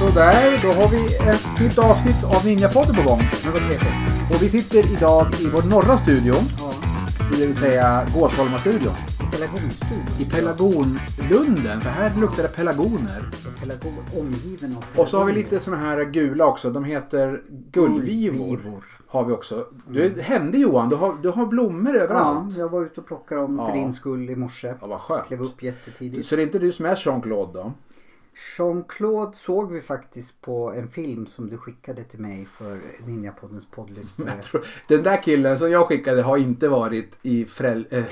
Sådär, då har vi ett nytt avsnitt av Ninjapodden på gång. Något heter. Och vi sitter idag i vår norra studio, Ja. det vill säga Gåsholmastudion. Pelagonstud. I Pelargonlunden, för här luktar det pelargoner. Pelagon omgiven av Och så har vi lite såna här gula också, de heter gullvivor. Gullvivor. Har vi också. Du hände Johan, du har, du har blommor Ja, överallt. jag var ute och plockade dem Ja. för din skull i morse. Ja, vad skönt. Klev upp jättetidigt. Så det är inte du som är Jean-Claude då? Jean-Claude såg vi faktiskt på en film som du skickade till mig för Ninjapoddens poddlyssnare. Jag tror- Den där killen som jag skickade har inte varit i fräl, äh, Nej,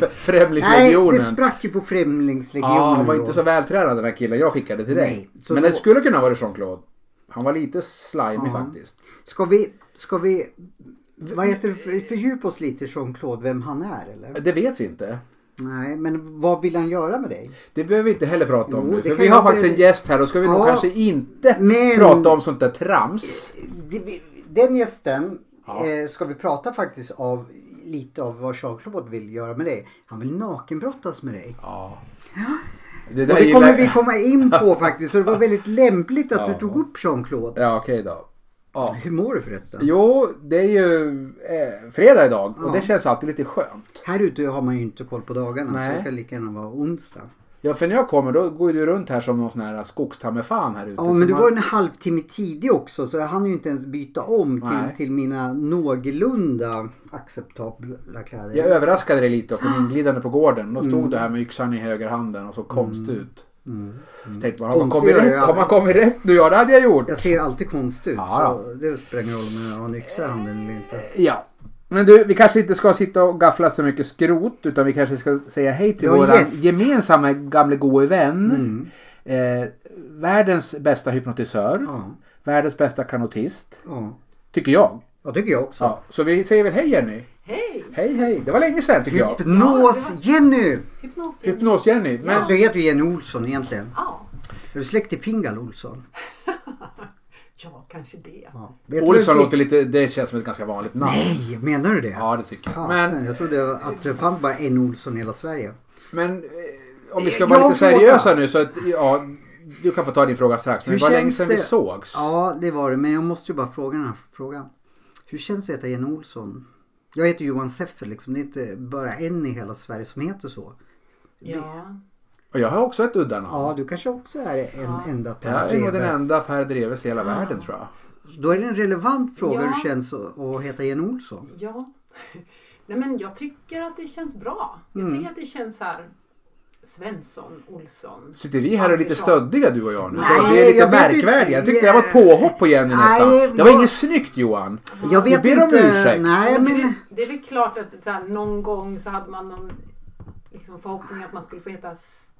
det Främlingslegionen. sprack ju på Främlingslegionen. Ja, han var då. inte så vältränad den här killen jag skickade till dig. Nej, så Men då- det skulle kunna vara Jean-Claude. Han var lite slimy faktiskt. Ska vi, ska vi, vad heter det, för- fördjupa oss lite i Jean-Claude, vem han är eller? Det vet vi inte. Nej, men vad vill han göra med dig? Det behöver vi inte heller prata om Jo, nu. det För kan vi har jag faktiskt en bli- gäst här och ska vi nog Ja, kanske inte men- prata om sånt där trams. Det- Den gästen eh, ska vi prata faktiskt av lite av vad Jean-Claude vill göra med dig. Han vill nakenbrottas med dig. Ja. Det Och där det gillar kommer jag. vi komma in på faktiskt. Så det var väldigt lämpligt att du tog upp Jean-Claude. Ja, okej då. Ja. Hur mår du förresten? Jo, det är ju eh, fredag idag och Ja. det känns alltid lite skönt. Här ute har man ju inte koll på dagarna Nej. så det kan lika gärna vara onsdag. Ja, för när jag kommer då går ju du runt här som någon sån här skogstammefan här ute. Ja Så men du man- var en halvtimme tidig också så jag hann ju inte ens byta om Nej. till, till mina någorlunda acceptabla kläder. Jag överraskade dig lite och kom inglidande på gården. Då stod Mm. du här med yxan i höger handen och så konstigt ut. Tänkte bara, har man Konstig kommit gör rätt? jag. Har man kommit rätt nu? Ja, det hade jag gjort. Jag ser ju alltid konstig ut Ja, så det spelar ingen roll om jag har en yxa i handen eller inte. Ja. Men du, vi kanske inte ska sitta och gaffla så mycket skrot utan vi kanske ska säga hej till Ja, Mm. våran gäst. gemensamma gamle gode vän. Eh, världens bästa hypnotisör. Ja, Världens bästa kanotist. ja. Tycker jag. ja tycker jag också. Ja. Så vi säger väl hej Jenny. Hej! Hej hej. Det var länge sedan tycker jag. Hypnos-Jenny! Hypnos. Hypnos-Jenny. Men Alltså jag heter ju Jenny Olsson egentligen. Ja. Är du släkt till Fingal Olsson? ja, kanske det. Ja. Vet du Olsson vad- låter lite, det känns som ett ganska vanligt namn. Nej, menar du det? Ja det tycker jag. Men, Men... Jag trodde att det fanns bara en Olsson i hela Sverige. men eh, om vi ska vara Jag lite frågar. seriösa nu så att, ja, du kan få ta din fråga strax. Men Hur det var länge känns sedan vi det? sågs. Ja, det var det. Men jag måste ju bara fråga den här frågan. Hur känns det att heta Jenny Olsson? Jag heter Johan Seffer liksom. Det är inte bara en i hela Sverige som heter så. Ja. Och jag har också ett udda namn. Ja, du kanske också är en enda Det här Per är nog den Dreves. enda Per Dreves i hela världen tror jag. Då är det en relevant fråga hur Ja. det känns att att heta Jenny Olsson. ja. Nej, men jag tycker att det känns bra. Jag tycker att det känns så här Svensson, Olsson. Sitter vi här och är lite Andersson. stöddiga du och jag nu? Nej, så vi är lite jag vet märkvärdiga. inte. Jag tyckte det var ett påhopp på Jenny Nej, nästan. Det var jag- inget snyggt Johan. Jag vet ber om inte. ursäkt. Nej, Men det, är men väl, det är väl klart att så här, någon gång så hade man någon liksom, förhoppning att man skulle få heta S-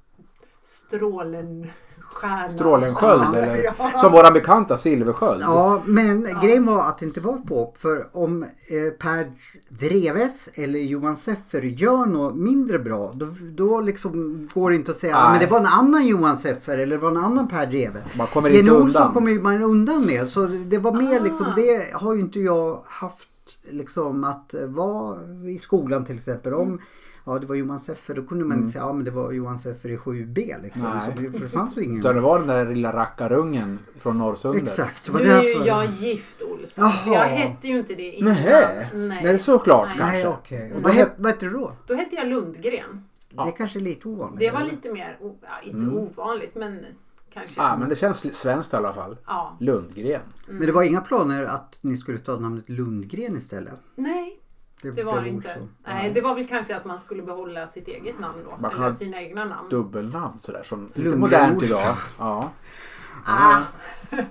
Strålenstjärna. Strålensköld Ja, eller ja. som våran bekanta Silversköld. Ja, men grejen var att det inte var ett påhopp. För om eh, Per Dreves eller Johan Seffer gör något mindre bra, då, då liksom går det inte att säga Nej. men det var en annan Johan Seffer eller det var en annan Per Dreves. Man kommer Jenny inte undan. Olsson kommer ju man undan med. Så det var mer liksom, det har ju inte jag haft liksom att eh, vara i skolan till exempel. Om, Ja det var Johan Seffer, då kunde man inte säga ja men det var Johan Seffer i 7B liksom. Mm. Nej. Så det, för det fanns ju ingen. Utan det var den där lilla rackarungen från Norrsundet. Exakt. det var Nu är ju därför. jag gift Olsson, så Jaha. jag hette ju inte det innan. Nähä. Nej. Nej, såklart Nej. kanske. Nej, okej. Och Vad, då- het, vad heter du då? Då hette jag Lundgren. Det är kanske är lite ovanligt. Det var eller? lite mer, o- ja, inte Mm. ovanligt, men kanske. Ja, men det känns svenskt i alla fall. Ja. Lundgren. Men det var inga planer att ni skulle ta namnet Lundgren istället? Nej, det var det inte. så. Nej, det var väl kanske att man skulle behålla sitt eget namn då. Man kan eller ha sina egna namn. Dubbelnamn sådär som lite Lundgren modernt Olsson. idag. Ja. Ah,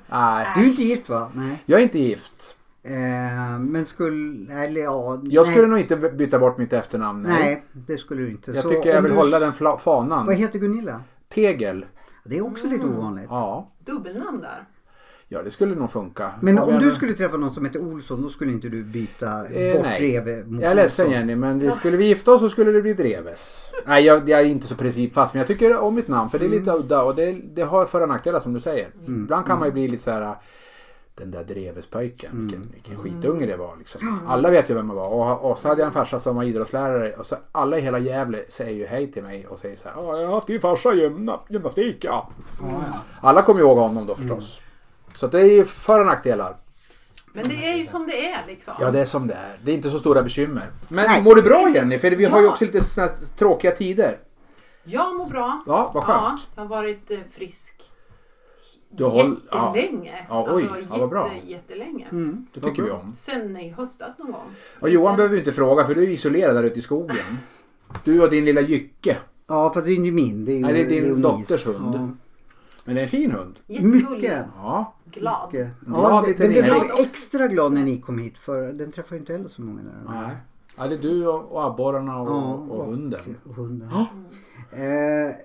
Nej. Du är inte gift va? Nej. Jag är inte gift. Eh, men skulle... Eller ja. Jag nej. skulle nog inte byta bort mitt efternamn. Nej, det skulle du inte. Jag Så tycker jag om vill du- hålla den fla- fanan. Vad heter Gunilla? Tegel. Det är också lite ovanligt. Mm. Ja. dubbelnamn där. Ja, det skulle nog funka. Men Ja, om du skulle träffa någon som heter Olsson då skulle inte du byta Eh, bort nej. Reve mot Jag är ledsen Olsson. Jenny, men det- skulle vi gifta oss så skulle det bli Dreves. Nej, jag, jag är inte så principfast, men jag tycker om mitt namn för det är lite udda och det, det har för och nackdelar som du säger. Ibland kan man ju bli lite så här den där Drevespojken, vilken, vilken skitunge det var liksom. Alla vet ju vem man var och, och så hade jag en farsa som var idrottslärare och så alla i hela Gävle säger ju hej till mig och säger så här, ja, jag har haft din farsa i gymna, gymnastik, Ah, ja. Alla kommer ju ihåg honom då förstås. Så att det är ju för och nackdelar. Men det är ju som det är liksom. Ja, det är som det är. Det är inte så stora bekymmer. Men Nej. mår du bra Jenny? För vi har ju Ja. också lite såna här tråkiga tider. Jag mår bra. Ja, vad skönt. Ja, jag har varit eh, frisk Du håll- ja. jättelänge. Ja, oj. alltså, Ja, vad bra. jätte, jättelänge. Mm. Det tycker vi om. Sen i höstas någon gång. Och Johan behöver vi inte fråga för du är isolerad där ute i skogen. Du och din lilla Jycke. Ja fast det är ju min. Det är ju, Nej, det är din ju Nis. dotters hund. Men det är en fin hund. Ja. Jättegullig. Mycket. Ja. Glad. mycket. Glad Ja, den, liten den blev Erik. jag extra glad när ni kom hit för den träffar ju inte heller så många där. Nej. Ja, det är du och och abborrarna och, Ja, och hunden. Och hunden. Ja. Eh,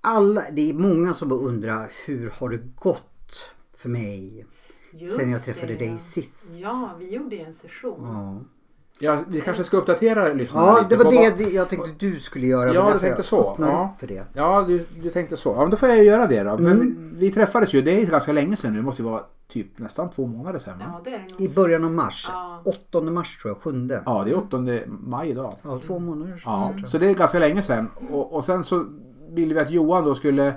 alla, det är många som bara undrar hur har det gått för mig Just sen jag träffade det. dig sist? Ja, vi gjorde ju en session. Ja, Ja, vi kanske ska uppdatera lyssnarna ja lite det var på det vad- det jag tänkte du skulle Ja, göra. men du därför tänkte jag så. öppnade Ja. upp för det. Ja, du, du tänkte så. Ja, men då får jag göra det då. Men Mm. vi, vi träffades ju, det är ganska länge sedan nu. Det måste ju vara typ nästan två månader sedan va? Ja, det är det nog. I början av mars. Ja. 8 mars tror jag, 7. Ja. Ja, det är 8 maj idag. två månader sedan. Ja, så det är ganska länge sedan. Och, och sen så ville vi att Johan då skulle...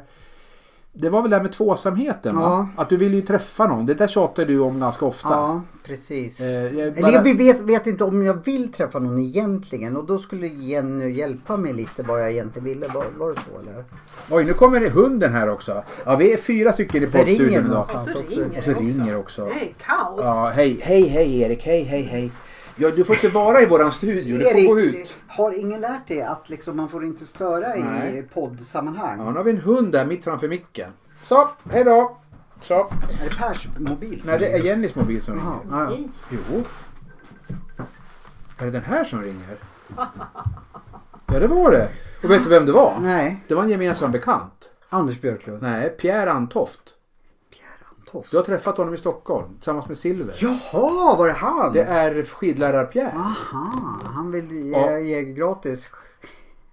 Det var väl det här med tvåsamheten va? Att du ville ju träffa någon. Det där tjatar du om ganska ofta. Ja, precis. Eh, jag Eller jag bara, vet, vet inte om jag vill träffa någon egentligen och då skulle Jenny hjälpa mig lite vad jag egentligen ville. Var, var det så eller? oj, nu kommer det hunden här också. Ja, vi är fyra stycken i Så ringer alltså. poddstudion idag. någonstans. Och så också. Alltså, ringer Och så ringer också. Det är kaos. Ja, hej, hej, hej Erik. Hej, hej, hej. Ja, du får inte vara i våran studio. Du får gå ut. har ingen lärt dig att liksom, man får inte störa i Nej. poddsammanhang? Ja, nu har vi en hund där mitt framför micken. Så, hej då. Så. Är det Pers mobil? som Nej, det är ringer? Jennys mobil som ringer. Jaha, ja, ja. Nej. Jo. Är det den här som ringer? Ja, det var det. Och vet du vem det var? Nej, Det var en gemensam bekant. Anders Björklund. Nej, Pierre Antoft. Pierre Antoff. Du har träffat honom i Stockholm tillsammans med Silver. Jaha, var det han? Det är skidlärar-Pierre. Aha, han vill ge, Ja. ge gratis.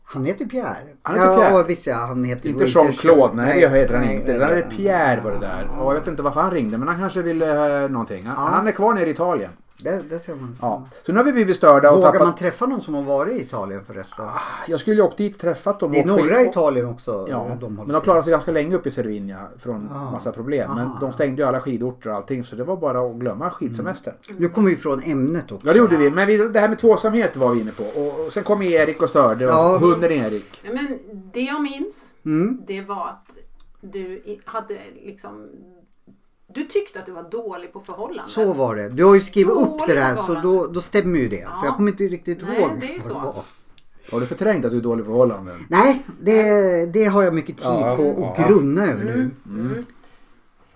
Han heter Pierre. Han heter Pierre. Ja, visst ja. Han heter Inte Reuters. Jean-Claude, nej det heter han inte. Det där nej, är nej. Pierre var det där. Och jag vet inte varför han ringde men han kanske ville eh, någonting. Han, han är kvar nere i Italien. Där, där ser man. Ja. Så nu har vi blivit störda och Vågar tappat... man träffa någon som har varit i Italien förresten? Jag skulle ju åkt dit och träffat dem. I och- norra Italien också. eh, Ja, de Ah. men de klarade sig ganska länge uppe i Cervinia från massa problem. Men Aha. de stängde ju alla skidorter och allting så det var bara att glömma skidsemestern. Nu kommer vi från ämnet också. Ja det gjorde vi, men vi, det här med tvåsamhet var vi inne på. Och, och sen kom Erik och störde och Ja. hunden Erik. Nej, men det jag minns, Mm. det var att du i- hade liksom... Du tyckte att du var dålig på förhållanden. Så var det. Du har ju skrivit upp det där Dåligt så var då, då stämmer ju det. Ja. För jag kommer inte riktigt Nej, ihåg. det är ju vad så. var. Har du förträngt att du är dålig på förhållanden? Nej, det, det har jag mycket tid Ja, på att ja. grunna över Mm. nu.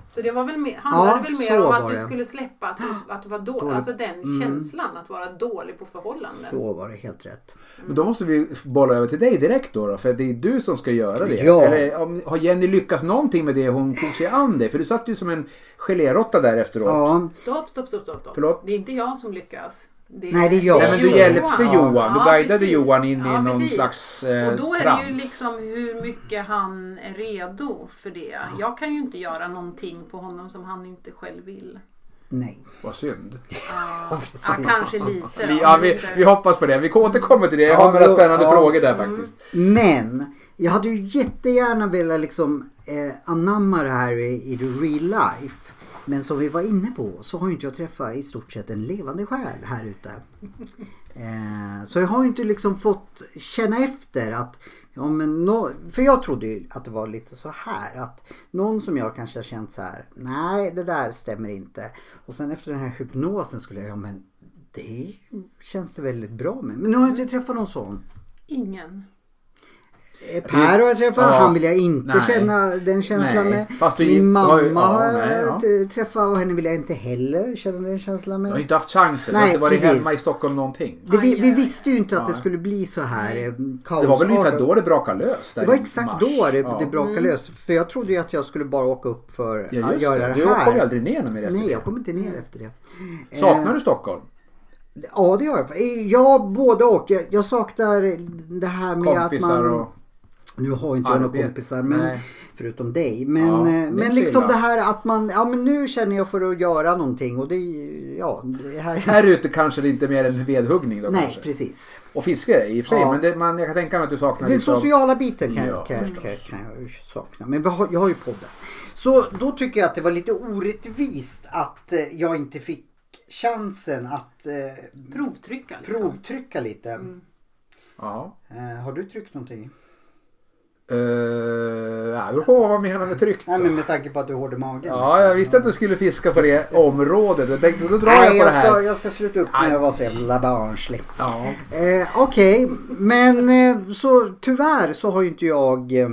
Så det var väl mer, handlade Ja, väl mer så om att var du det. Mm. skulle släppa att du, att du var dålig. Alltså den känslan att vara dålig på förhållanden. Så var det helt rätt. Men då måste vi bolla över till dig direkt då, då för det är du som ska göra det. Ja. Eller, om, har Jenny lyckats någonting med det hon tog sig an dig? För du satt ju som en geléråtta där efteråt. Ja, Stopp, stopp, stopp, stopp. stopp. Förlåt? Det är inte jag som lyckas. Det Nej, det är jag. Nej, men du Johan. hjälpte Johan. Du Ja, guidade precis. Johan in Ja, i någon precis. slags eh, Och då är trans. det ju liksom hur mycket han är redo för det. Jag kan ju inte göra någonting på honom som han inte själv vill. nej. Vad synd. Ja, precis. ja kanske lite. Vi, om ja, vi, inte- vi hoppas på det. Vi återkommer till det. Jag har Ja, några då- spännande ja. frågor där faktiskt. Men jag hade ju jättegärna velat liksom eh, anamma det här i, i the real life. Men som vi var inne på så har ju inte jag träffat i stort sett en levande själ här ute. Eh, så jag har ju inte liksom fått känna efter att Ja, men nå- för jag trodde ju att det var lite så här att någon som jag kanske har känt så här. Nej, det där stämmer inte. Och sen efter den här hypnosen skulle jag, ja men det känns det väldigt bra med. Men nu har jag inte träffat någon sån. Ingen. Eh, Per har jag träffat. Ja. Han vill jag inte Nej. känna den känslan Nej. med. Fast du- Min ja, mamma ja, har nej, ja. jag t- träffat och henne vill jag inte heller känna den känslan Jag har med. inte haft chansen. jag har Nej, inte varit precis. hemma i Stockholm någonting. Det, vi, Aj, vi aj, aj. visste ju inte att det Ja. skulle bli så här Det eh, var väl ungefär kaosartat. då det brakade lös. Där Det var i exakt mars. då det, Ja. det brakade Mm. lös. För jag trodde ju att jag skulle bara åka upp för Ja, att just göra det. det, Du kom ju här. aldrig ner mer efter Nej, eh, det. jag kom inte ner efter det. Saknar du Stockholm? Ja, det gör jag. Eh, Ja, både och. Jag, jag saknar det här med att Kompisar man... och... Nu har inte jag några Arbete. kompisar men, Nej. förutom dig. Men, Ja, det är eh, inte men så liksom illa. det här att man, ja men nu känner jag för att göra någonting och det, ja. Det här, Här ute kanske det inte är mer än vedhuggning då nej, kanske. precis. Och fiske i och för sig. Ja. Men det, man, jag kan tänka mig att du saknar Den utav- sociala biten kan, Ja, jag kan, förstås. kan, kan jag ju sakna. Men vi har, jag har ju podden. Så då tycker jag att det var lite orättvist att eh, jag inte fick chansen att eh, Provtrycka liksom. provtrycka lite. Mm. Ja. Eh, har du tryckt någonting? Uh, Eh, ja, det var vad menar med tryck Nej men med tanke på att du har hård i magen. Ja, jag visste att du skulle fiska på det området. Jag tänkte, då drar Nej, jag på jag det här. ska, jag ska sluta upp med att vara så jävla barnslig. Ja. Eh, Okej, men eh, så tyvärr så har ju inte jag eh,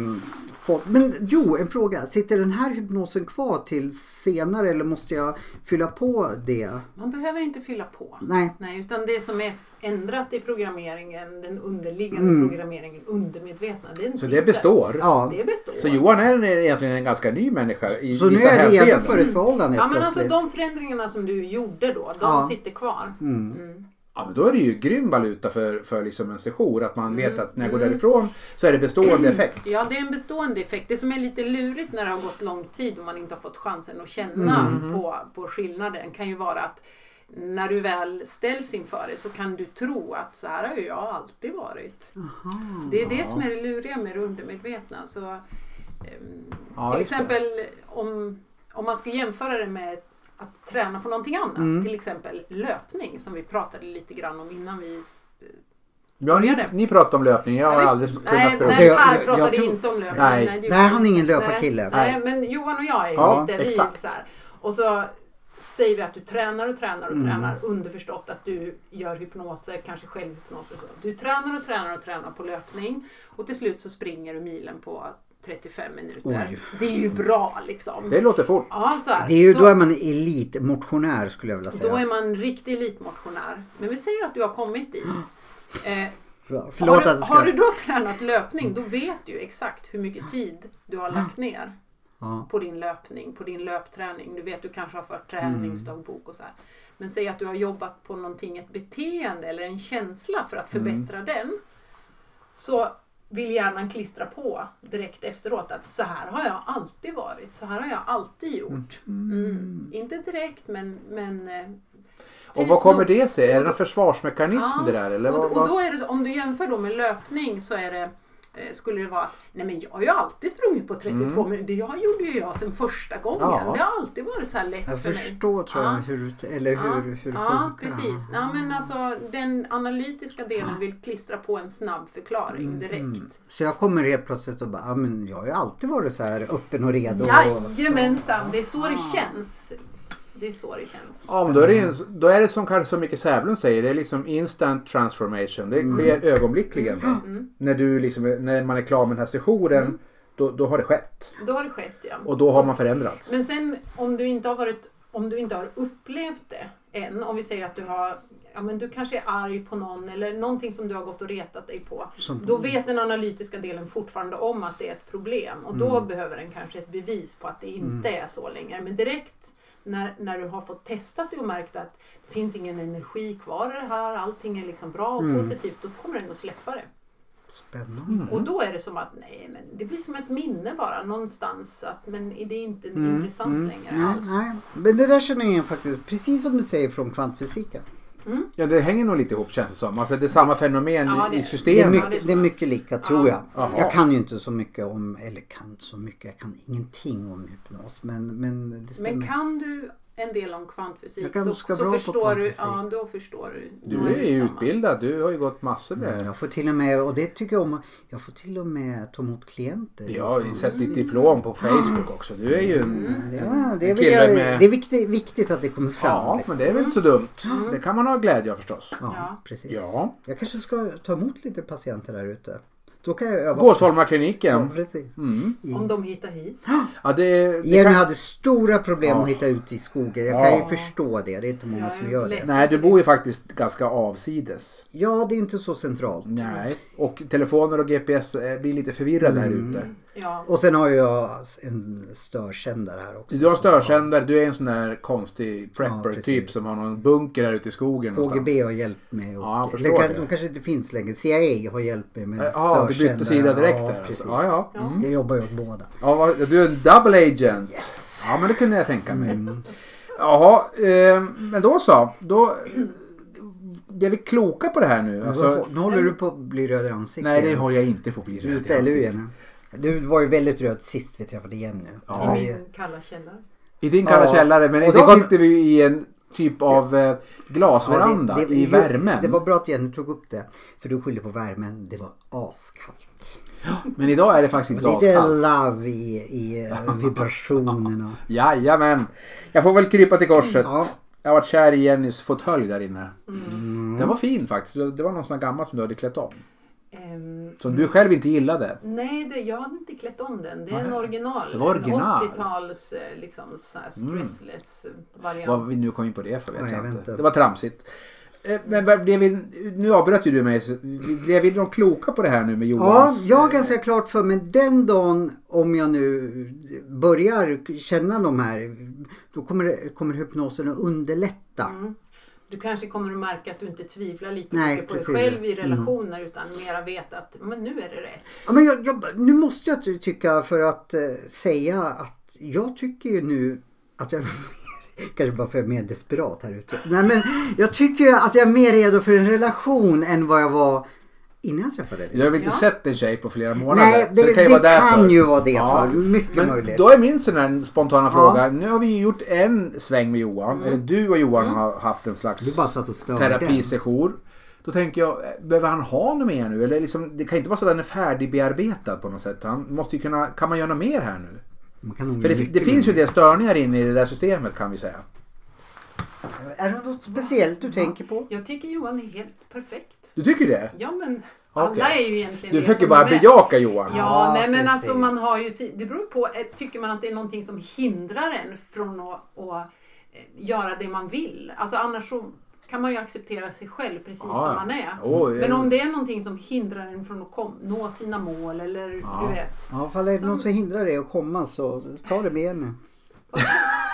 fått... Men jo, en fråga. Sitter den här hypnosen kvar till senare eller måste jag fylla på det? Man behöver inte fylla på. Nej. utan det som är ändrat i programmeringen, den underliggande programmeringen, undermedvetna, den Mm. Så det sitter. består. Ja. Det består. Så Johan är en- egentligen en ganska ny människa i Så nu vissa är jag redo hänseenden. för ett förhållande ja, helt men alltså plötsligt. de förändringarna som du gjorde då, de Ja. sitter kvar. Mm. Ja, men då är det ju grym valuta för, för liksom en sejour. Att man vet att när jag går därifrån så är det bestående effekt. Mm. Ja, det är en bestående effekt. Det som är lite lurigt när det har gått lång tid och man inte har fått chansen att känna på, på skillnaden kan ju vara att när du väl ställs inför det så kan du tro att så här har ju jag alltid varit. Det är det som är det luriga med det undermedvetna. Så, ehm, Ja, till just det. exempel om, om man ska jämföra det med att träna på någonting annat, till exempel löpning som vi pratade lite grann om innan vi Ja, ni, ni pratar om löpning. Jag har Nej, aldrig kunnat Nej, prova. Alltså, nej jag- Per jag- pratade jag tror- inte om löpning. Nej. det gjorde Nej, han är ingen inte. löparkille. Nej, men Johan och jag är Ja, lite vi exakt. så här. Och så säger vi att du tränar och tränar Mm. och tränar underförstått att du gör hypnoser, kanske självhypnoser. och så. Du tränar och tränar och tränar på löpning och till slut så springer du milen på 35 minuter. Oj. Det är ju bra liksom. Det låter fort. Ja, så här. Det är ju, så, då är man elitmotionär skulle jag vilja då är säga. man en riktig elitmotionär. Men vi säger att du har kommit dit. Eh, Bra. har, Förlåt du, att jag har du ska... då tränat löpning, då vet du ju exakt hur mycket tid du har lagt ner Ja. på din löpning, på din löpträning. Du vet, du kanske har fört träningsdagbok och så här. Men säg att du har jobbat på någonting, ett beteende eller en känsla för att förbättra den. Så vill hjärnan klistra på direkt efteråt att så här har jag alltid varit, så här har jag alltid gjort. Mm. Inte direkt men, men eh, Och tids nog. vad kommer det sig? Är det någon Ja, försvarsmekanism det där? Eller och, vad, och vad? då är det, om du jämför då med löpning så är det eh, skulle det vara att nej men jag har ju alltid sprungit på 32 men det jag gjorde ju jag sen första gången. Mm. Ja. Det har alltid varit så här lätt Jag för mig. förstår tror jag Ja. hur, eller hur, hur det ja, funkar. precis. Ja, men alltså, den analytiska delen vill klistra på en snabb Mm. förklaring direkt. Så jag kommer helt plötsligt och bara, ja men jag har ju alltid varit så här öppen och redo. och- Jajamensan, det är så det känns. Det är så det känns. Ja, men då, är det, ju- då är det som kanske så mycket Sävlund säger. Det är liksom instant transformation. Det Mm. sker ögonblickligen. Mm. När, du liksom, är- när man är klar med den här sessionen. Då, då har det skett. Då har det skett ja. Och då har man förändrats. Men sen om du inte har varit, om du inte har upplevt det än, om vi säger att du har Ja, men du kanske är arg på någon eller någonting som du har gått och retat dig på. Som- Då vet den analytiska delen fortfarande om att det är ett problem och Mm. då behöver den kanske ett bevis på att det inte är så längre. Men direkt när, när du har fått testat det och märkt att det finns ingen energi kvar i det här, allting är liksom bra Mm. och positivt, då kommer den att släppa det. Spännande. Och då är det som att nej, men det blir som ett minne bara någonstans. Att, men det är inte intressant längre Mm. Nej, Mm. alls. nej, men det där känner jag igen faktiskt. Precis som du säger från kvantfysiken. Ja, det hänger nog lite ihop känns det som. Alltså, det är samma fenomen Ja, det är i det. Det är systemet. mycket, det är mycket lika tror jag. Jaha. Jag kan ju inte så mycket om, eller kan så mycket, jag kan ingenting om hypnos. Men, men det stämmer. Men kan du en del om kvantfysik Jag kan så, ska så bra på förstår du. Ja, kvantfysik. då förstår du. Mm. Då Du är det ju samma. utbildad. Du har ju gått massor med. Jag får till och med, och det tycker jag om, jag får till och med ta emot klienter. Jag har ju sett ditt diplom på Facebook också. Du är ju en... Mm. Ja, det är, väl, Killar med- det är viktigt, viktigt att det kommer fram. Ja, liksom. men det är väl inte så dumt. Det kan man ha glädje av förstås. Mm. ja, Ja. precis. Ja. Jag kanske ska ta emot lite patienter där ute. Då kan jag öva. Ja, Gåsholmakliniken. precis. Mm. Om de hittar hit. Ja, det, det Jenny kan... hade stora problem Ja. att hitta ut i skogen. Jag Ja. kan ju förstå det. Det är inte många Jag som är gör det. ledsen. Nej, du bor ju faktiskt ganska avsides. Ja, det är inte så centralt. Nej, och telefoner och GPS eh, blir lite förvirrade här Mm. ute. Ja. Och sen har jag en störsändare här också. Du har störsändare, du är en sån där konstig Ja, prepper-typ precis. som har någon bunker här ute i skogen någonstans. KGB har hjälpt mig. Och Ja, jag förstår det kan, det. De kanske inte finns längre. CIA har hjälpt mig med Ja, du bytte sida direkt ja, där Precis. alltså. Ja, ja. Mm. Jag jobbar ju åt båda. ja, vad- du är en double agent. Ja, men det kunde jag tänka mig. Mm. Jaha, eh, men då så. Då blev vi kloka på det här nu. Alltså, nu håller du på att bli röd i ansiktet. nej, det har jag inte på bli Lite, eller hur Jenny? Du var ju väldigt röd sist vi träffade Jenny. Ja. I Vi- min kalla källare. I din kalla Ja. källare, men Och det idag var- sitter vi i en typ av eh, glasveranda Ja, det- det- i jo, värmen. Det var bra att Jenny tog upp det. För du skyllde på värmen. Det var askallt. Men idag är det faktiskt inte Lite askallt. love i, i eh, vibrationerna. Jajamän. Jag får väl krypa till korset. Ja. Jag har varit kär i Jennys fåtölj där inne. Mm. Den var fin faktiskt. Det var någon sån här gammal som du hade klätt om. Ehm, Som du själv inte gillade. nej, det, jag hade inte klätt om den. Det är en original. Det var original. En 80-tals eh, liksom, så här Mm. stressless eh, variant. Vad vi nu kom in på det för vet Nej, jag jag vet inte. inte. Det var tramsigt. Eh, Men vad blev vi, nu avbröt ju du mig. så Blev vi de kloka på det här nu med Ja, Johans? jag har ganska klart för mig den dagen om jag nu börjar känna de här då kommer, det- kommer hypnosen att underlätta. Du kanske kommer att märka att du inte tvivlar lika Nej, mycket på precis. Mm. dig själv i relationer utan mera vet att men nu är det rätt. Ja, men jag, jag, nu måste jag ty- tycka för att eh, säga att jag tycker ju nu att jag Kanske bara för att jag är mer desperat här ute. Nej men jag tycker ju att jag är mer redo för en relation än vad jag var innan jag träffade dig. Jag har väl inte Ja. sett en tjej på flera månader. Nej, det, så det kan ju vara, det Ja. för. Mycket Men möjligt. då är min sån här spontana fråga. Nu har vi ju gjort en sväng med Johan. Eller du och Johan har haft en Du slags bara satt och störde. terapisession. Då tänker jag, eh, behöver han ha något mer nu? Eller liksom, det kan inte vara så att den är färdigbearbetad på något sätt. Han måste ju kunna, kan man göra något mer här nu? Man kan nog För det, mycket det finns ju mer. en del störningar inne i det där systemet kan vi säga. Är det något speciellt du tänker på? Jag tycker Johan är helt perfekt. Du tycker det? Ja men alla Okej. är ju egentligen Du det försöker som bara de är. bejaka Johan. Ja, Ja, nej, men precis. alltså man har ju, si- det beror på, eh, tycker man att det är någonting som hindrar en från att, att eh, göra det man vill. Alltså annars så kan man ju acceptera sig själv precis Ja, som ja. man är. Åh, Men om det är någonting som hindrar en från att kom, nå sina mål eller Ja. du vet. Ja, ifall det är Som- någon som hindrar dig att komma så ta det med nu.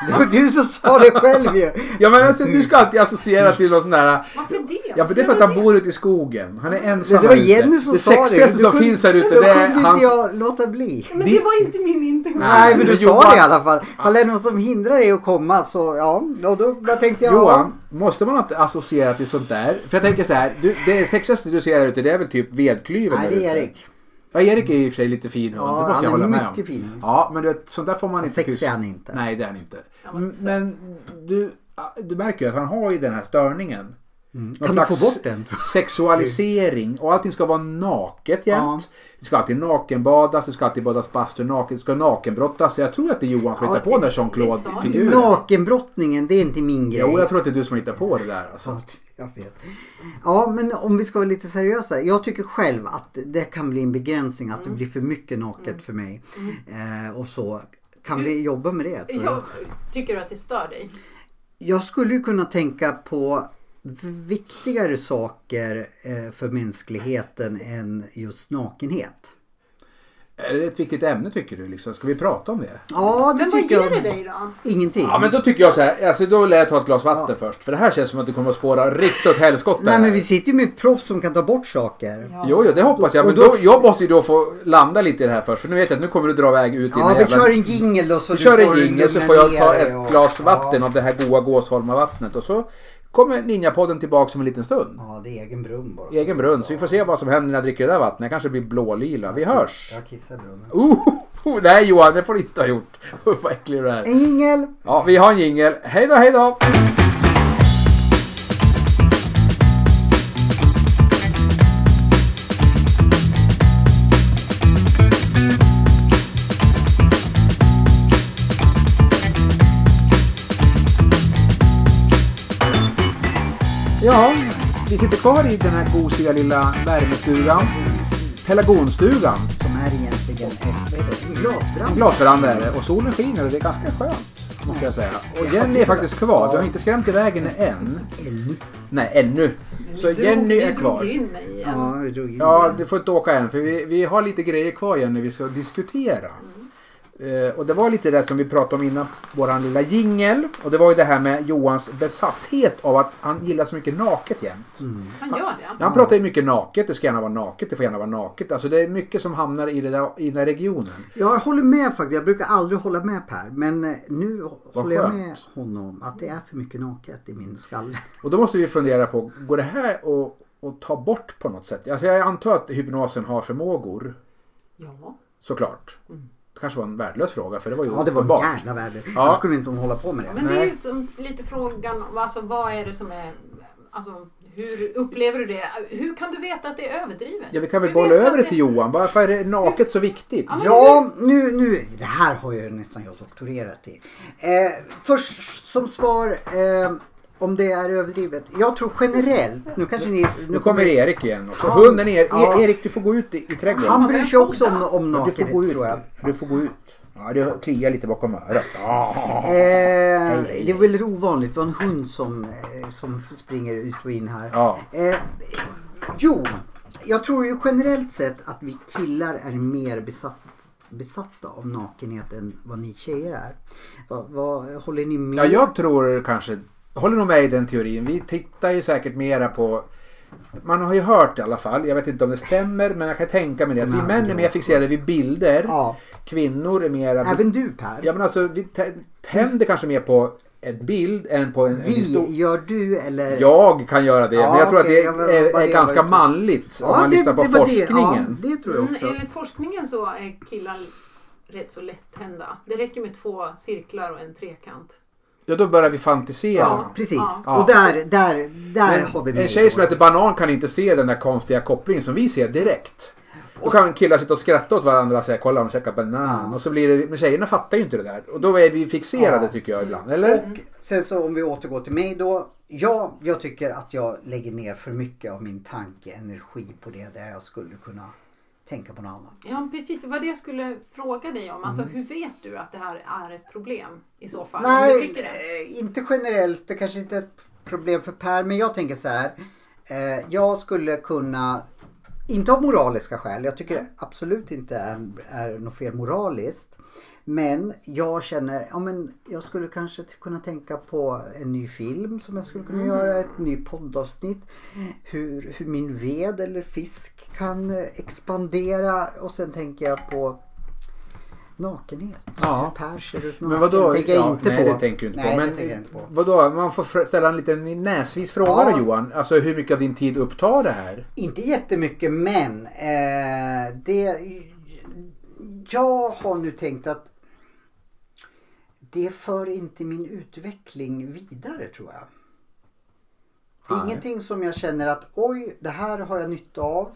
Det var du som sa det själv ju. Ja men alltså, du ska alltid associera till någon sån där... Varför det? Ja för det är för att han bor ute i skogen. Han är ensam Det var här ute. Jenny som Det sa det. sexigaste Du som kunde- finns här ute Då det är kunde hans... inte jag låta bli. Men det var inte min intention. Nej men men du Johan- sa det i alla fall. Ifall det är någon som hindrar dig att komma så ja. Och då bara tänkte jag. Johan, måste man inte associera till sånt där? För jag tänker så här, du, det sexigaste du ser här ute det är väl typ vedklyven Nej där det är ute. Erik. Ja Erik är i och för sig lite fin hund, Ja, det måste jag han är hålla med om. mycket fin. Ja men du vet, sånt där får man inte Sexig är han inte. Nej det är han inte. var inte Men du, du märker ju att han har ju den här störningen. Någon Mm. Kan du slags få bort den? Sexualisering och allting ska vara naket jämt. Det ska alltid nakenbadas, det ska alltid badas bastu naken, det ska nakenbrottas. Så Jag tror att det är Johan som Ja, hittar på den där det sa Jean-Claude-figuren. Nakenbrottningen det är inte min grej. Jo, jag tror att det är du som hittar på det där alltså. Jag vet. Ja men om vi ska vara lite seriösa. Jag tycker själv att det kan bli en begränsning att det blir för mycket naket för mig. Eh, och så. Kan vi jobba med det? tror du? Jag, tycker du att det stör dig? Jag skulle ju kunna tänka på viktigare saker eh, för mänskligheten än just nakenhet. Är det ett viktigt ämne tycker du? Liksom? Ska vi prata om det? Ja, det Men vad tycker ger jag. det dig då? Ingenting. Ja men då tycker jag så här, alltså då vill jag ta ett glas vatten först. För det här känns som att du kommer att spåra riktigt åt helskotta. Nej här. men vi sitter ju med ett proffs som kan ta bort saker. Ja, Jo, jo, det hoppas jag. Men Och då- då, jag måste ju då få landa lite i det här först. För nu vet jag att nu kommer du dra väg ut i den här vi kör en jingel då så Vi kör en får jingel så lugna får jag ner ta dig ett och- glas vatten av det här goa Gåsholmavattnet. Och så kommer Ninjapodden tillbaka om en liten stund. Ja, det är egen brunn bara. I egen brunn. Så vi får se vad som händer när jag dricker det där vattnet. Jag kanske blir blålila. Vi hörs! Jag kissar i brunnen. Oh, oh, nej Johan, det får du inte ha gjort. Vad äcklig du är. En jingel! Ja, vi har en jingel. Hej då, hej då! Ja, vi sitter kvar i den här gosiga lilla värmestugan. pelargonstugan. Som är egentligen ett, vad heter det, en En glasbrand. glasveranda är det och solen skiner och det är ganska skönt. Måste jag säga. Och Jenny är faktiskt kvar. Vi har inte skrämt iväg henne än. Eld. Nej, ännu. Så Du drog- Jenny du är drog kvar. in mig igen. Ja, vi drog in Ja, den. du får inte åka än för vi, vi har lite grejer kvar Jenny vi ska diskutera. Eh, och det var lite det som vi pratade om innan, våran lilla jingel. Och det var ju det här med Johans besatthet av att han gillar så mycket naket jämt. Han gör det. Han pratar ju mycket naket, det ska gärna vara naket, det får gärna vara naket. Alltså det är mycket som hamnar i, det där, i den där regionen. Jag håller med faktiskt. Jag brukar aldrig hålla med Per. Men eh, nu håller jag skönt. med honom att det är för mycket naket i min skalle. Och då måste vi fundera på, går det här att, att ta bort på något sätt? Alltså jag antar att hypnosen har förmågor, Ja. såklart. Det kanske var en värdelös fråga för det var ju Ja, det var en uppenbart. jävla värld. Ja. Då skulle inte hon hålla på med det. Men det är Nej. ju som lite frågan om alltså, vad är det som är... Alltså, hur upplever du det? Hur kan du veta att det är överdrivet? Ja, vi kan väl Hur bolla vet du över att det till Johan. Varför är det naket så viktigt? Ja, men- Ja, nu, nu, det här har ju nästan jag doktorerat i. Eh, först som svar, eh, om det är överdrivet. Jag tror generellt, nu kanske ni... Nu kommer Erik igen också. Ja. Hunden är, E- Ja. Erik, du får gå ut i, i trädgården. Han bryr sig också om, om du får nakenhet gå ut. tror jag. Du får gå ut. Ja, det kliar lite bakom örat. Ah. Eh, det är väldigt ovanligt, det var en hund som, eh, som springer ut och in här. Ja. Eh, jo, jag tror ju generellt sett att vi killar är mer besatt, besatta av nakenhet än vad ni tjejer är. Vad, vad håller ni med? Ja, jag tror kanske, håller nog med i den teorin. Vi tittar ju säkert mera på, man har ju hört i alla fall, jag vet inte om det stämmer, men jag kan tänka mig det. Att vi män är mer fixerade vid bilder, Ja. kvinnor är mera... Även du Per? Ja men alltså, vi tä- tänder kanske mer på en bild än på en, en vi, historia. gör du eller? Jag kan göra det, Ja, men jag tror okej, att jag det är, var- är, det ganska var- manligt om Ja, man lyssnar på var forskningen. Det, ja, det tror jag Mm, också. enligt forskningen så är killar rätt så lätthända. Det räcker med två cirklar och en trekant. Ja, då börjar vi fantisera. Ja, precis. Ja. Och där, där, där Men har vi en mig. tjej som heter Banan kan inte se den där konstiga kopplingen som vi ser direkt. Då kan killar sitta och skratta åt varandra och säga kolla hon käkar banan. Och så blir det, men tjejerna fattar ju inte det där. Och då är vi fixerade Ja. Mm. tycker jag ibland. Eller? Sen så om vi återgår till mig då. Ja, jag tycker att jag lägger ner för mycket av min tankeenergi på det där jag skulle kunna tänka på något annat. Ja, precis. Det var det jag skulle fråga dig om. Alltså, Mm. hur vet du att det här är ett problem i så fall? om du Nej, tycker det. eh, inte generellt. Det kanske inte är ett problem för Per. Men jag tänker så här. Eh, jag skulle kunna, inte av moraliska skäl. Jag Mm. tycker absolut inte är, är något fel moraliskt. Men jag känner, ja men jag skulle kanske t- kunna tänka på en ny film som jag skulle kunna Mm. göra, ett ny poddavsnitt. Hur, hur min ved eller fisk kan eh, expandera och sen tänker jag på nakenhet. Ja. Per ser ut Men vadå? det tänker jag Ja, inte nej, på. det tänker du inte nej, på. det Men tänker jag inte på. vadå? Man får fr- ställa en liten näsvis fråga Ja. då Johan. Alltså hur mycket av din tid upptar det här? Inte jättemycket men eh, det... Jag har nu tänkt att det för inte min utveckling vidare tror jag. Det är Nej. ingenting som jag känner att oj, det här har jag nytta av.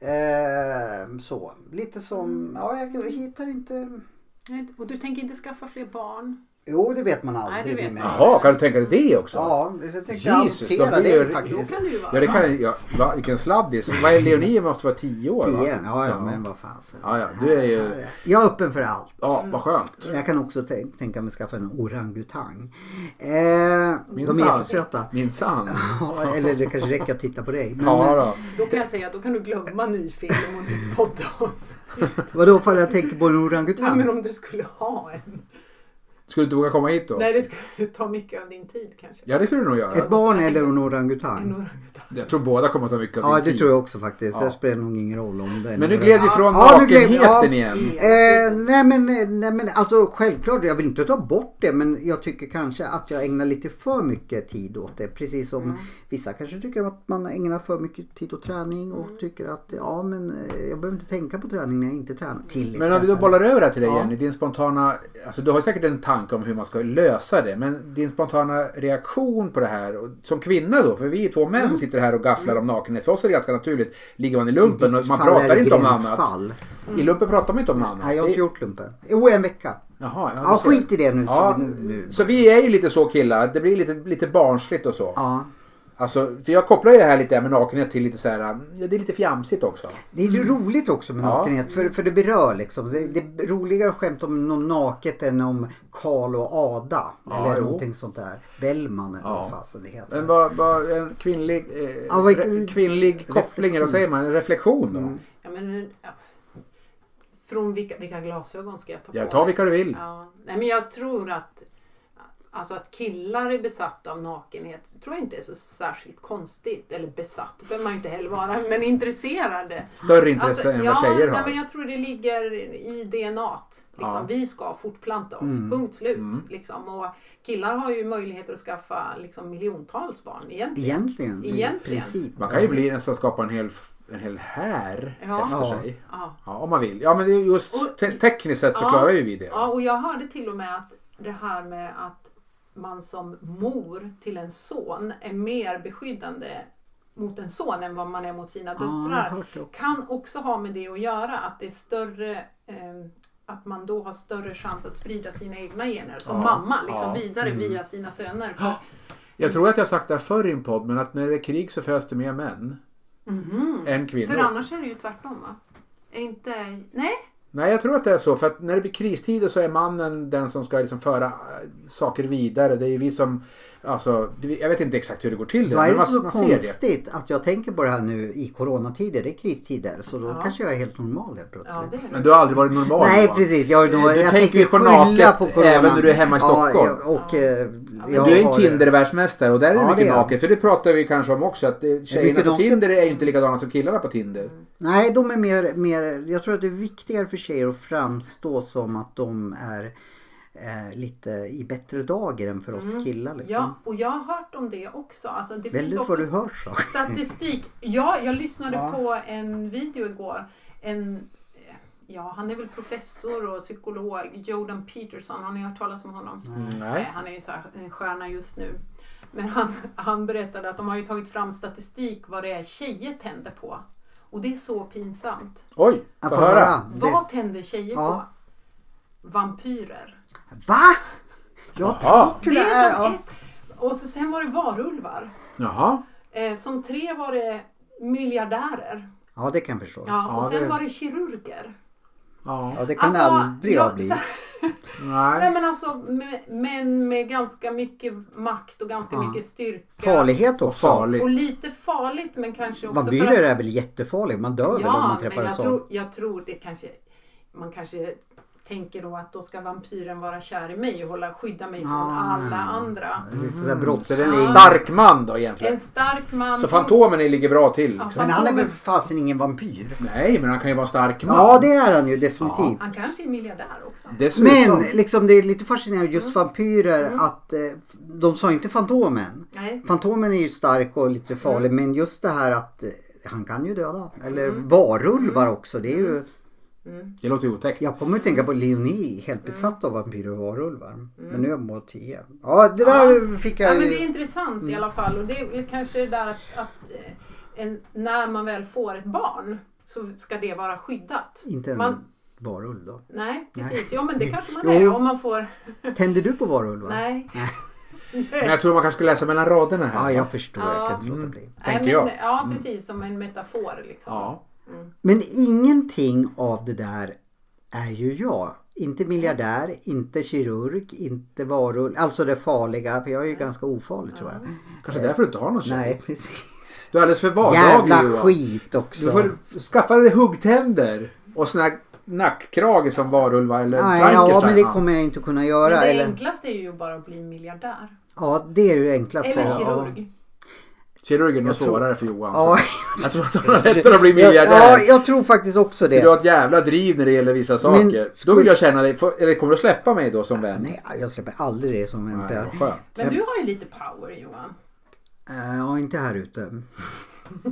Eh, så, lite som, ja jag hittar inte... Nej, Och du tänker inte skaffa fler barn? Jo, det vet man aldrig det vet med mig. man. Jaha, kan du tänka dig det också? Ja, jag tänkte Jesus, då adoptera blir det det- Då faktiskt. kan det ju vara. Ja, det kan ja, va, Vilken sladdis. Vad är Leonie? Måste vara tio år va? Tio, ja, ja men vad fan. så. Ja, ja, du är ju... Jag är öppen för allt. Ja, vad skönt. Jag kan också tän- tänka mig att skaffa en orangutang. Eh, de är jättesöta. Minsann. Ja, Eller det kanske räcker att titta på dig. Men, Ja då. Då kan jag säga att då kan du glömma ny film och nytt poddavsnitt. Vadå ifall jag tänker på en Nej, men orangutang? om du skulle ha en. Skulle du inte våga komma hit då? Nej, det skulle ta mycket av din tid kanske. Ja, det skulle du nog Ett göra. barn eller en En orangutang? orangutang. Jag tror båda kommer att ta mycket av Ja din det tid. tror jag också faktiskt. Ja. Det spelar nog ingen roll om det är Men nu en gled vi från Ja, nu gled vi- nakenheten ja. igen. Eh, nej men, nej men alltså självklart, jag vill inte ta bort det men jag tycker kanske att jag ägnar lite för mycket tid åt det. Precis som vissa kanske tycker att man ägnar för mycket tid åt träning och tycker att ja men eh, jag behöver inte tänka på träning när jag inte tränar. Till Men om vi då exempel. bollar över det här till dig Ja. Jenny. Din spontana... Alltså du har ju säkert en tanke om hur man ska lösa det. Men din spontana reaktion på det här. och- Som kvinna då. För vi är två män som sitter här och gafflar om nakenhet. För oss är det ganska naturligt. Ligger man i lumpen och Ditt man fall är pratar inte om något annat. gränsfall. I lumpen pratar man inte om något annat. Nej jag har Det- inte gjort lumpen. Jo en vecka. Jaha, ja, Ja du ser. skit i det nu. Ja, Så, nu, nu. så vi är ju lite så killar. Det blir lite, lite barnsligt och så. Ja. Alltså, för jag kopplar ju det här lite med nakenhet till lite så här, mm, ja, det är lite fjamsigt också. Det är ju roligt också med Mm. Ja. nakenhet för, för det berör liksom. Det, det är roligare att skämta om någon naket än om Karl och Ada. Ja, eller jo. någonting sånt där. Bellman eller Ja. vad fasen det heter. En, var, var en kvinnlig, eh, Ja, vad- Mm. re, kvinnlig koppling, eller vad säger man? En reflektion då? Ja, men, ja. Från vilka, vilka glasögon ska jag ta Ja, på ta mig? vilka du vill. Ja, nej men jag tror att Alltså att killar är besatta av nakenhet tror jag inte är så särskilt konstigt. Eller besatt det behöver man ju inte heller vara, men intresserade. Större intresse än Alltså, ja, vad tjejer nej, har. men jag tror det ligger i DNAt. Liksom, Ja. Mm. Vi ska fortplanta oss, punkt slut. Liksom. Och killar har ju möjligheter att skaffa liksom, miljontals barn egentligen. Egentligen. Egentligen. I princip. Man kan ju bli, nästan skapa en hel, en hel här Ja. efter Ja. sig. Ja. Ja, om man vill. Ja, men det är just Och- te- tekniskt sett så Ja. klarar ju vi det. Ja, och jag hörde till och med att det här med att man som mor till en son är mer beskyddande mot en son än vad man är mot Ah. sina Ja, jag har döttrar. hört det också. kan också ha med det att göra att det är större eh, att man då har större chans att sprida sina egna gener som Ja, mamma liksom ja, Mm. vidare via sina söner. För, Jag tror att jag har sagt det här förr i en podd, men att när det är krig så föds det mer män Mhm. än kvinnor. för annars är det ju tvärtom va? Är inte... Nej? Nej, jag tror att det är så. För att när det blir kristider så är mannen den som ska liksom föra eh, saker vidare. Det är ju vi som... Alltså, det- jag vet inte exakt hur det går till. Då är men det man, så man ser det. konstigt att jag tänker på det här nu i coronatider. Det är kristider. Så då Ja. kanske jag är helt normal helt plötsligt. Ja, det är Men det. du har aldrig varit normal Nej va? precis. Jag, Du då, jag tänker ju på skylla naket även när du är hemma i Stockland. Ja, jag- och, eh, men jag Du är ju har- en Tinder-världsmästare och där är det Ja, det mycket är jag. naket. För det pratar vi kanske om också. Att det- tjejerna mycket på naket. Tinder är ju inte likadana som killarna på Tinder. Nej, de är mer, mer... Jag tror att det är viktigare för tjejer att framstå som att de är eh, lite i bättre dagar än för oss killar. Liksom. Mm. Ja, och jag har hört om det också. Alltså, det finns Väldigt också vad du hör så. Statistik. Ja, jag lyssnade Ja. på en video igår. En, eh, ja, han är väl professor och psykolog. Jordan Peterson, har ni hört talas om honom? Eh, Nej. Han är ju så här en stjärna just nu. Men han, han berättade att de har ju tagit fram statistik vad det är tjejer tänder på. Och det är så pinsamt. Oj, Att få få höra. höra. Vad tänder tjejer Ja. på? Vampyrer. Va? Jag Jaha. tror Det är som ja. ett, och så, sen var det varulvar. Jaha. Eh, som tre var det miljardärer. ja, det kan jag förstå. Ja, Ja, och Ja, sen det- var det kirurger. Ja. det kan Alltså, aldrig jag bli. så- Nej Nej. men alltså med- män med ganska mycket makt och ganska Ja. mycket styrka. Farlighet Och också. farligt. Och lite farligt men kanske också Vampyrer är väl jättefarligt? Man dör väl om Ja, man träffar men en jag sån? tror, jag tror det kanske... Man kanske tänker då att då ska vampyren vara kär i mig och hålla, skydda mig från Ah. alla andra. Lite sådär Så det är en brottsling. stark man då En egentligen. stark man Så som- Fantomen är ligger bra till. Liksom. Men han är väl för fasen ingen vampyr? Nej, men han kan ju vara en stark man. Ja, det är han ju definitivt. Han kanske är miljardär också. Dessutom. Men liksom det är lite fascinerande just vampyrer Mm. att eh, de sa inte Fantomen. Nej. Fantomen är ju stark och Mm. lite farlig men just det här att eh, han kan ju döda. Eller Mm. varulvar också. Det är ju, Det låter ju otäckt. jag kommer att tänka på Leonie, Mm. helt besatt av vampyrer och varulvar. Men nu är jag på 10. Ja det där fick Ja, jag men det ju. är intressant i alla fall. Och det är väl kanske det där att, att eh, en, när man väl får ett barn så ska det vara skyddat. Inte en man, varulv då. Nej, precis. Ja, men det kanske man Jo. är om man får... Tänder du på varulvar? Nej. Men jag tror man kanske ska läsa mellan raderna här. Ja jag förstår, jag Ja. kan inte låta bli. Nej, tänker men, jag. Ja, precis. Som en metafor liksom. Ja. Men ingenting av det där är ju jag. Inte miljardär, inte kirurg, inte varulv. Alltså det farliga, för jag är Mm. ju ganska ofarlig tror jag. Kanske därför du inte har någon tjej. Nej, precis. Du är alldeles för vardaglig Jävla Johan. skit Du också. får skaffa dig huggtänder och såna här nackkrage som varulvar eller Nej, Frankenstein. ja, men det har. kommer jag inte kunna göra. Men det Eller, enklaste är ju bara att bli miljardär. ja, det är ju enklast. Eller Ja, kirurg. Kirurgen är Jag tror- svårare för Johan. ja. Jag tror att han har lättare att bli miljardär. Ja, jag tror faktiskt också Du har det. ett jävla driv när det gäller vissa saker. Men Då skulle- vill jag känna dig. Får- Eller kommer du släppa mig då som vän? Nej, jag släpper aldrig det som en Nej, pär. vad skönt. Men du har ju lite power Johan. Eh, Ja, inte här ute.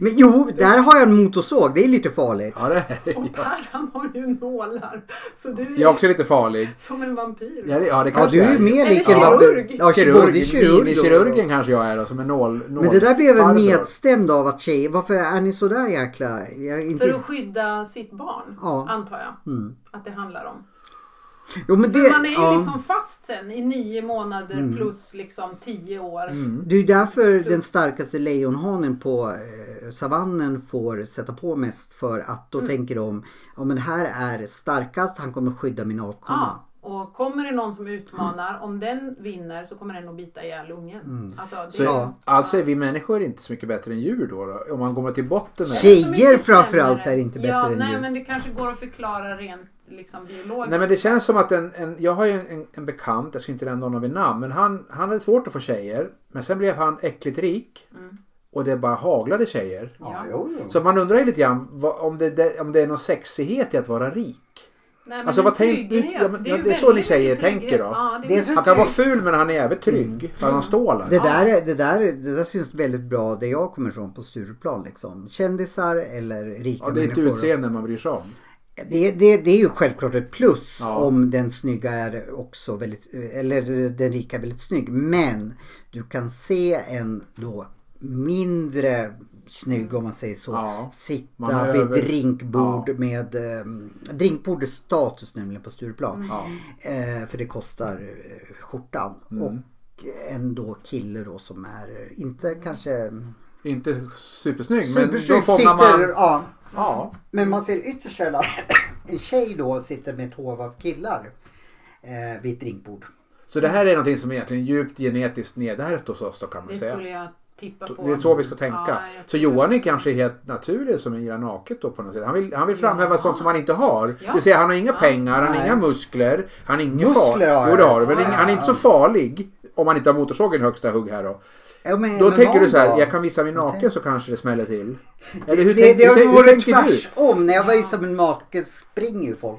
Men jo, där har jag en motorsåg. Det är lite farligt. Ja, det är Och Per han har ju nålar. Så du är Jag är också lite farlig. som en vampyr. Ja, det, ja, det Ja, kanske du är ju mer lik en Eller kirurg. vampyr. Ja, både Kirurg, kirurg och- minikirurgen kanske jag är då, som en nål, nål Men det där blev jag farbror. nedstämd av att tjejer, varför är ni sådär jäkla... Jag är För inte... att skydda sitt barn, Ja. antar jag att det handlar om. Jo, men det, För man är ju ja. Mm. liksom fast sen i nio månader plus liksom tio år. Det är ju därför den starkaste lejonhanen på eh, savannen får sätta på mest för att Mm. då tänker de ja men här är starkast, han kommer skydda min avkomma. Ja, och kommer det någon som utmanar, om den vinner så kommer den att bita ihjäl ungen. Mm. Alltså, det Så, är- Ja. Alltså är vi människor inte så mycket bättre än djur då? då om man kommer till botten med det. Shit. Så mycket Tjejer framförallt sämre. är inte bättre ja, än nej, djur. men det kanske går att förklara rent liksom, biologiskt. Nej men det känns som att en, en jag har ju en, en, en bekant, jag ska inte nämna honom vid namn, men han, han hade svårt att få tjejer. Men sen blev han äckligt rik. Och det bara haglade tjejer. Ja. jo, jo. Så man undrar ju lite grann vad, om, det- det, om det är någon sexighet i att vara rik. Nej, men Alltså, en vad tänk- trygghet, ja, men- ja, ju det är så väldigt ni tjejer mycket tänker trygghet. då. Ja, det Det är är så- mycket Han kan vara trygghet. ful men han är jävligt trygg. För han står där. Mm. Det där, är- det, där, är- det där syns väldigt bra där jag kommer ifrån på Stureplan. Liksom. Kändisar eller rika Ja, det är inte människor. utseende man bryr sig om. Det, det, det är ju självklart ett plus Ja. om den snygga är också väldigt, eller den rika är väldigt snygg. Men du kan se en då mindre snygg om man säger så. Ja. Man Sitta är vid över- drinkbord Ja. med, eh, drinkbord är status nämligen på Stureplan. Ja. Eh, för det kostar eh, skjortan. Mm. Och en då kille då som är, inte kanske Inte supersnygg men då supersnygg, fångar sitter, man... ja. Ja. Men man ser ytterst sällan en tjej då sitter med ett hov av killar eh, vid ett drinkbord. Så det här är någonting som är egentligen djupt genetiskt nedärvt hos oss då kan man Det säga. skulle jag tippa på. Det är så vi ska Ja, tänka. jag Så tror- Johan är kanske helt naturlig som en gillar naket då på något sätt. Han vill, han vill framhäva Ja. sånt som han inte har. Det vill Ja. säga han har inga Ja. pengar, han har Nej. inga muskler. Han är ingen Muskler har farlig. Jo jag. det har du. Men Ja, ing- han är inte så farlig. Om man inte har motorsågen högsta hugg här då. Ja, men- Då men tänker någon du så här, dag. jag kan visa mig naken så kanske det smäller till. Eller hur, Det, tänk, det hur, har tänk- hur varit tänker du? tvärsom. När jag var som en make springer ju folk.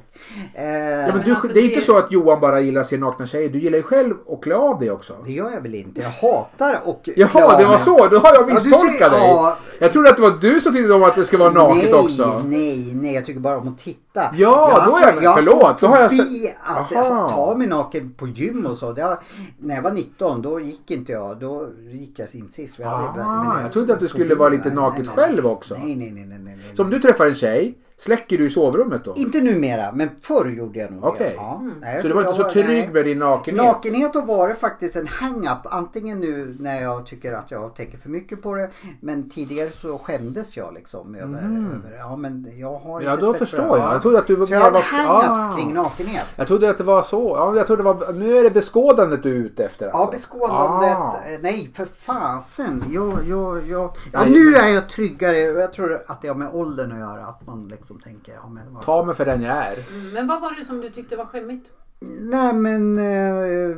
Eh, Ja, men Men du, alltså, det är inte det- så att Johan bara gillar att se nakna tjejer. Du gillar ju själv att klä av dig också. Det gör jag väl inte. Jag hatar och Jaha, det var så. Då har jag Ja, du ser- misstolkat dig. ja. Jag trodde att det var du som tyckte om att det ska vara naket nej, också. Nej, nej, jag tycker bara om att titta. Ja, då är jag med. Förlåt, då har jag fobi sett- att Aha. ta mig naken på gym och så. Det har, när jag var 19 då gick inte jag. Då gick jag in sist. Jag, hade- Ah, men jag trodde att du skulle fobi, vara lite nej, naket nej, själv också. Nej, nej, nej, nej. nej, nej. Så om du träffar en tjej, släcker du i sovrummet då? Inte numera, men förr gjorde jag nog Okej. det. Ja. Nej, jag Så du tror var inte jag så nej. trygg med din nakenhet? Nakenhet har varit faktiskt en hang-up. Antingen nu när jag tycker att jag tänker för mycket på det. Men tidigare så skämdes jag liksom över... över ja men jag har Mm. Ja, inte då tvätt- förstår jag. ja. Jag trodde att du var Så jag har mer- en hang-ups Ah. kring nakenhet. Jag trodde att det var så. Ja, jag trodde det var... Nu är det beskådandet du är ute efter alltså. Ja, beskådandet. Ah. eh, Nej, för fasen. Jag, jag, jag. Ja, Nej, nu är jag tryggare och jag tror att det har med åldern att göra. Att man liksom tänker, ja men vad... Ta mig för den jag är. Mm, Men vad var det som du tyckte var skämmigt? Nej men... Eh,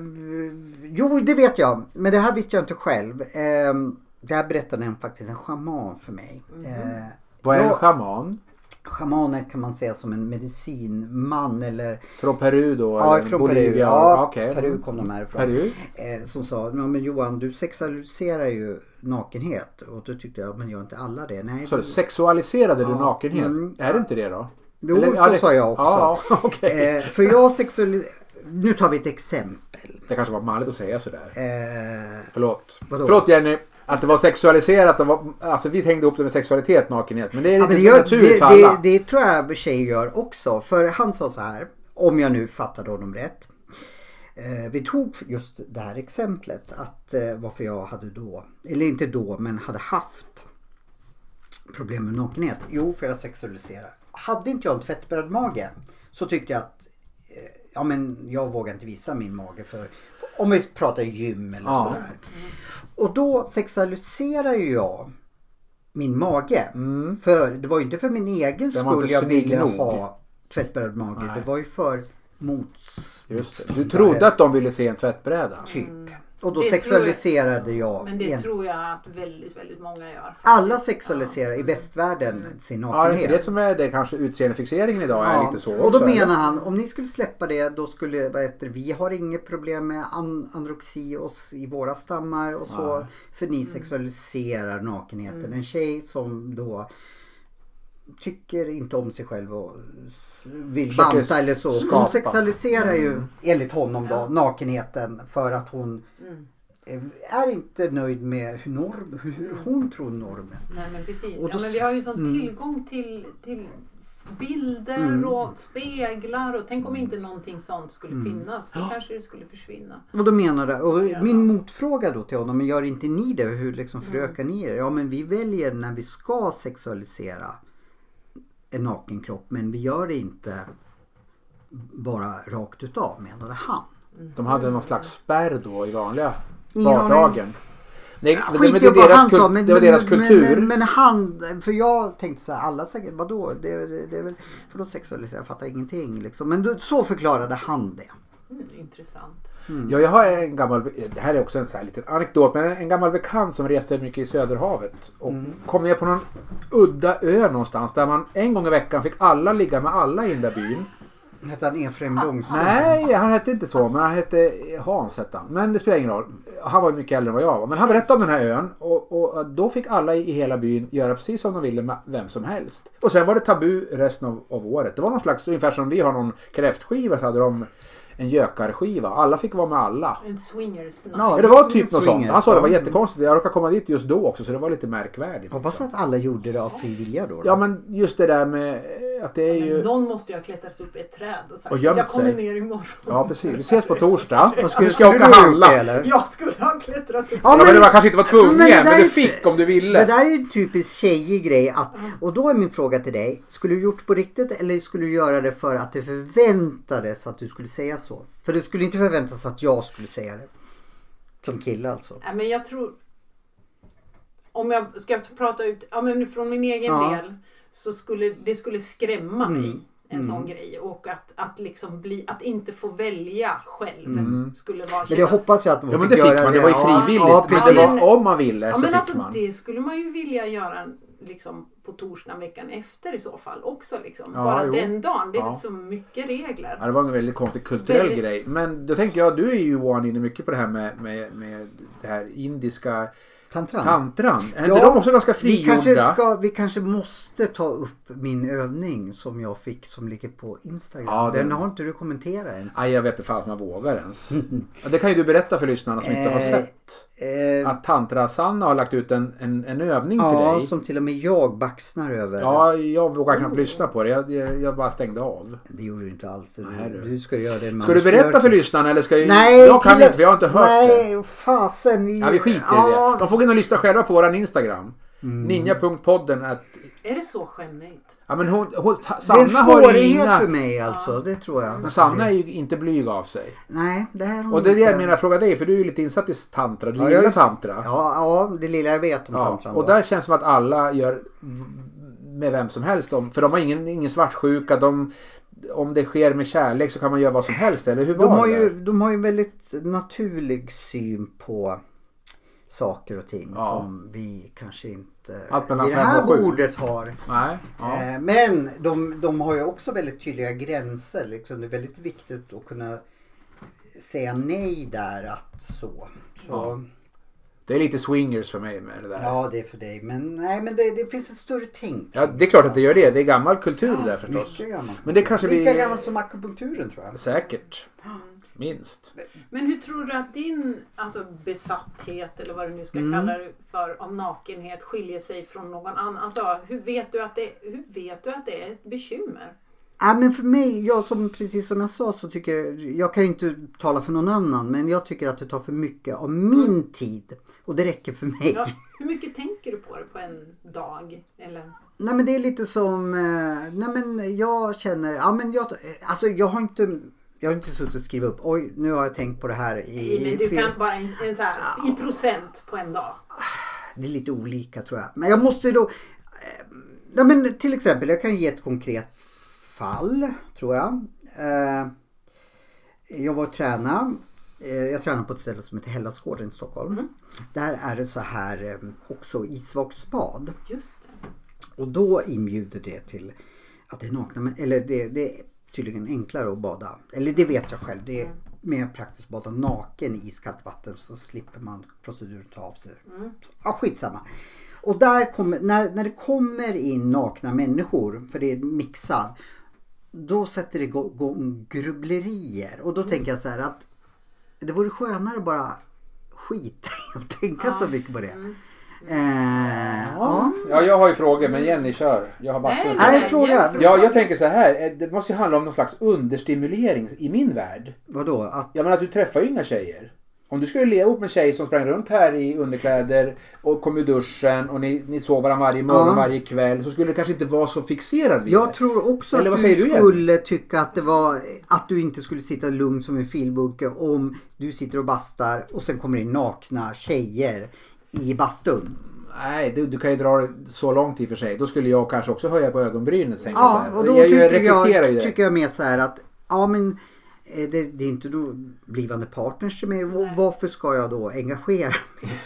jo, det vet jag. Men det här visste jag inte själv. Eh, det här berättade en, faktiskt en schaman för mig. Mhm. Eh, Vad är en jag- schaman? Schamaner kan man säga som en medicinman eller... Från Peru då? Ja, eller från Bolivia? Peru. Ja, okej. Peru kom de härifrån. Peru? Eh, som sa, "Ja, men Johan du sexualiserar ju nakenhet. Och då tyckte jag, men gör inte alla det? Nej, Så sexualiserade du nakenhet? Mm. Är det inte det då? Jo, så ja, det- sa jag också. Ja, okej. eh, för jag sexualiserar... Nu tar vi ett exempel. Det kanske var manligt att säga sådär. Eh, Förlåt. Vadå? Förlåt Jenny. Att det var sexualiserat. Det var, alltså vi hängde ihop det med sexualitet, nakenhet. Men det är Ja, lite men det, gör, naturligt det, för det, alla. det tror jag tjejer gör också. För han sa så här, om jag nu fattade honom rätt. Eh, vi tog just det här exemplet att eh, varför jag hade då, eller inte då, men hade haft problem med nakenhet. Jo, för jag sexualiserar. Hade inte jag en tvättberedd mage så tyckte jag att eh, ja, men jag vågar inte visa min mage för om vi pratar gym eller Ja. sådär. Och då sexualiserar ju jag min mage. För det var ju inte för min egen Mm. Den var skull inte jag snygg ville nog. ha tvättberedd mage. Nej. Det var ju för mots... Just det. Du trodde att de ville se en tvättbräda? Typ. Och då Det tror jag- sexualiserade jag. Men det egentligen- tror jag att väldigt, väldigt många gör. faktiskt. Alla sexualiserar i västvärlden Mm. sin Ja, det är nakenhet. inte det som är det kanske utseendefixeringen idag är Ja, lite så och då också, eller? menar han om ni skulle släppa det då skulle vad heter, det, vi har inget problem med an- androxi oss i våra stammar och så. Nej. För ni sexualiserar nakenheten. En tjej som då tycker inte om sig själv och s- vill Försöker banta eller så. skapa. Hon sexualiserar ju enligt honom då nakenheten för att hon eh, är inte nöjd med hur, norm, hur hon tror normen. Nej men precis. Och då- Ja, men vi har ju sån tillgång till, till bilder Mm. och speglar och tänk om inte någonting sånt skulle finnas. Då kanske det skulle försvinna. Och då menar det, Ja. och min motfråga då till honom, men gör inte ni det? Hur liksom förökar Mm. ni er? Ja men vi väljer när vi ska sexualisera en naken kropp men vi gör det inte bara rakt utav menade han. De hade någon slags spärr då i vanliga Ingen aning. vardagen. Nej, men Skit men i vad han kul- sa men, det var men, deras kultur. Men, men, men han, för jag tänkte så här, alla säkert, vadå? Det, det, det är väl, för då sexualiserar jag fattar ingenting liksom. Men då, så förklarade han det. Mm, intressant. Ja, jag har en gammal, det här är också en så här liten anekdot, men en gammal bekant som reste mycket i Söderhavet och kom ner på någon udda ö någonstans där man en gång i veckan fick alla ligga med alla i den där byn. Hette han Efraim Långstrump? Ah, Nej, han hette inte så, men han hette Hans hette han. Men det spelar ingen roll. Han var ju mycket äldre än vad jag var. Men han berättade om den här ön och, och då fick alla i hela byn göra precis som de ville med vem som helst. Och sen var det tabu resten av, av året. Det var någon slags, ungefär som vi har någon kräftskiva så hade de en gökarskiva. Alla fick vara med alla. En swingers night. Ja, Ja, det var lite typ något swingers, sånt. Han sa det var ja. jättekonstigt. Jag råkade komma dit just då också så det var lite märkvärdigt. Hoppas liksom. att alla gjorde det av fri vilja då. då. Ja men just det där med att det är Men ju... någon måste ju ha klättrat upp i ett träd och sagt Och gömt jag kommer sig." ner imorgon. Ja precis. Vi ses på torsdag. Vad Nu ska jag åka du ha gjort handla. det, Ja eller? Jag skulle ha klättrat upp. men det var kanske inte var tvungen men, det där är- du fick om du ville. Det där är ju en typisk tjejig grej att, och då är min fråga till dig. Skulle du gjort på riktigt eller skulle du göra det för att det förväntades att du skulle säga så? För det skulle inte förväntas att jag skulle säga det. Som kille alltså. Nej, men jag tror... Om jag ska prata ut ja, men från min egen Ja. del så skulle det skulle skrämma mig. Mm. En sån grej. Och att, att, liksom bli, att inte få välja själv skulle vara Mm. Men det hoppas jag att man Ja men det fick göra man. Det var ju ja. frivilligt. Ja, men precis. det var om man ville Ja, så men fick alltså, man. Det skulle man ju vilja göra liksom, på torsdagen veckan efter i så fall också. Liksom. Ja, Bara jo. den dagen. Det är Ja. så mycket regler. Ja, det var en väldigt konstig kulturell Väldigt. grej. Men då tänker jag, du är ju Johan inne mycket på det här med, med, med det här indiska Tantran. tantran. Är inte Ja, de också ganska Vi frigjorda? kanske, ska, vi kanske måste ta upp min övning som jag fick som ligger på Instagram. Ja, den... den- har inte du kommenterat ens. Aj, jag vet inte fan om jag vågar ens. Ja, det kan ju du berätta för lyssnarna som inte har Eh, sett. Eh, Att Tantra-Sanna har lagt ut en, en, en övning till ja, dig. som till och med jag baxnar över. Ja, jag vågar knappt lyssna på det. Jag, jag, jag bara stängde av. Det gjorde du inte alls. Nej, Du, du. du ska göra det med Ska du Anders berätta Björk. för lyssnarna eller ska jag... Nej, jag kan till- inte för jag har inte hört det. Nej, fasen. i- Ja, vi skiter i Ja, Mm. det. De får gå in och lyssna själva på våran Instagram. Ninja.podden att... Är det så skämmigt? Ja men hon, hon, Det är en Sanna har ju svårighet för inga... mig alltså. Det tror jag. Men Sanna är ju inte blyg av sig. Nej, det här har Och hon det är det jag inte- menar att fråga dig för du är ju lite insatt i tantra. Du Mm. Ja, jag gillar är- tantra. Ja, ja, det lilla jag vet om Ja, tantran. och då. där känns det som att alla gör med vem som helst. Om, för de har ingen, ingen svartsjuka. De, om det sker med kärlek så kan man göra vad som helst. Eller hur var de, har det? ju, de har ju en väldigt naturlig syn på saker och ting Ja. som vi kanske inte Allt mellan vid det fem här och sju. bordet har. Nej. Ja. Eh, Men de, de har ju också väldigt tydliga gränser. Liksom. Det är väldigt viktigt att kunna säga nej där att så. så ja. Det är lite swingers för mig med det där. Ja. det är för dig. Men nej, men det, det finns ett större tänk. det är klart att det gör det. Det är gammal kultur det där förstås. Mycket gammalt. Men det kanske Lika vi... gammalt som akupunkturen tror jag. Säkert. Minst. Men hur tror du att din alltså, besatthet eller vad du nu ska Mm. kalla det för om nakenhet skiljer sig från någon annan? Alltså, hur, vet du att det, hur vet du att det är ett bekymmer? Ja, men för mig, jag som, precis som jag sa så tycker jag, jag kan ju inte tala för någon annan men jag tycker att det tar för mycket av min tid. Och det räcker för mig. Ja, hur mycket tänker du på det på en dag? Eller? Nej men det är lite som, eh, nej men jag känner, ja men jag, alltså jag har inte, jag har inte suttit och skrivit upp, oj nu har jag tänkt på det här i, Men i du fel- kan bara en, en så här, i procent på en dag. Det är lite olika tror jag. Men jag måste ju då, eh, nej men till exempel jag kan ge ett konkret fall tror jag. Eh, jag var och tränade, eh, jag tränade på ett ställe som heter Hellasgården i Stockholm. Mm. Där är det så här eh, också isvaksbad. Just det. Och då inbjuder det till att det är nakna män- Eller det, det är tydligen enklare att bada. Eller det vet jag själv. Det är mer praktiskt att bada naken i iskallt vatten så slipper man proceduren ta av sig. Ja, skitsamma. Och där kommer, när, när det kommer in nakna människor, för det är mixat, då sätter det igång- igång grubblerier. Och då tänker jag så här att det vore skönare bara skita i att tänka så mycket på det. Eh, ja. Ja, jag har ju frågor men Jenny kör. Jag har bara Nej, sett. Nej, nej, fråga. jämför. Ja, jag tänker så här. eh, Det måste ju handla om någon slags understimulering i min värld. Vadå? Att, Jag menar, du träffar ju inga tjejer. Om du skulle leva ihop med en tjej som sprang runt här i underkläder och kom ur duschen och ni, ni sov varandra varje morgon Ja. varje kväll så skulle du kanske inte vara så fixerad vid det. jag tror också Eller att vad du, säger du, Jenny? skulle tycka att det var att du inte skulle sitta lugn som en filbunke om du sitter och bastar och sen kommer in nakna tjejer i bastun. Nej, du, du kan ju dra det så långt i och för sig. Då skulle jag kanske också höja på ögonbrynen. tänker jag Ja, så här. och då jag, jag tycker, reflekterar jag, ju direkt. tycker jag mer så här att ja men eh, det, det är inte då blivande partners till mig. Och Varför ska jag då engagera mig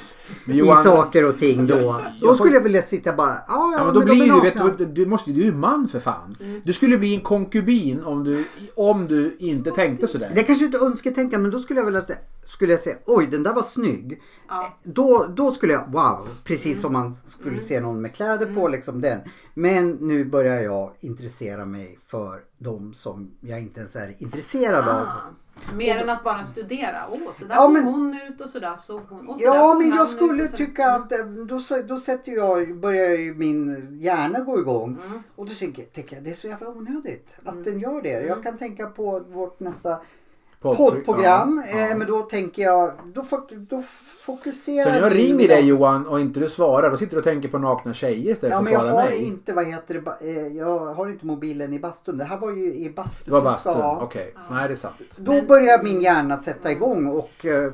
Men i saker och ting då? Då jag- skulle jag vilja sitta bara ja, ja, Ja, men då de är Mm. blir du, vet nakna. du, du måste du är ju man för fan. Du skulle bli en konkubin om du, om du inte tänkte sådär. Det kanske inte är önsketänkande men då skulle jag vilja att- skulle jag säga oj den där var snygg. Ja. Då, då skulle jag wow, precis som man skulle se någon med kläder Mm. på liksom den. Men nu börjar jag intressera mig för de som jag inte ens är intresserad av. Ah, mer än att bara studera. Åh, så där Ja, såg men- hon ut och så där såg hon. Och så där Ja såg men han jag ut skulle och så- tycka att eh, då, så- då sätter jag, börjar ju min hjärna gå igång. Mm. Och då tänker, tänker jag det är så jävla onödigt att den gör det. Mm. Jag kan tänka på vårt nästa Podd- poddprogram. ja, Eh, ja. men då tänker jag, då, fok, då fokuserar Så när jag min- ringer dig Johan och inte du svarar, då sitter du och tänker på nakna tjejer istället Ja men för jag att svara har mig. inte, vad heter det, ba- eh, jag har inte mobilen i bastun. Det här var ju i bastun. Det var som bastun, sa- okej. Nej, det är sant. Då börjar min hjärna sätta igång och eh,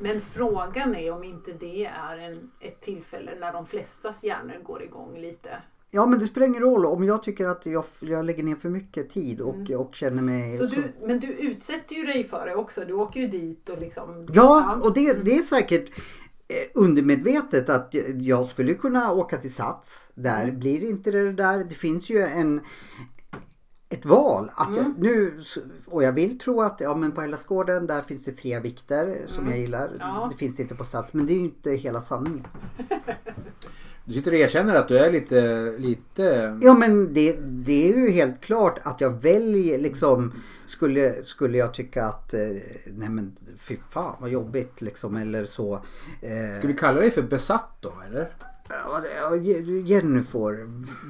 Men frågan är om inte det är en, ett tillfälle när de flestas hjärnor går igång lite. Ja men det spelar ingen roll om jag tycker att jag, jag lägger ner för mycket tid och, och känner mig... Mm. Så du, men du utsätter ju dig för det också. Du åker ju dit och liksom... Ja och det, det är säkert eh, undermedvetet att jag- jag skulle kunna åka till Sats. Där blir det inte det där. Det finns ju en ett val. Att jag, nu, och jag vill tro att ja, men på Hellasgården där finns det fria vikter som jag gillar. Ja. Det finns inte på Sats men det är ju inte hela sanningen. Du sitter och erkänner att du är lite, lite... Ja men det, det är ju helt klart att jag väljer liksom skulle, skulle jag tycka att eh, nej men fy fan vad jobbigt liksom eller så. Eh, Skulle vi kalla dig för besatt då eller? ja, Jenny får.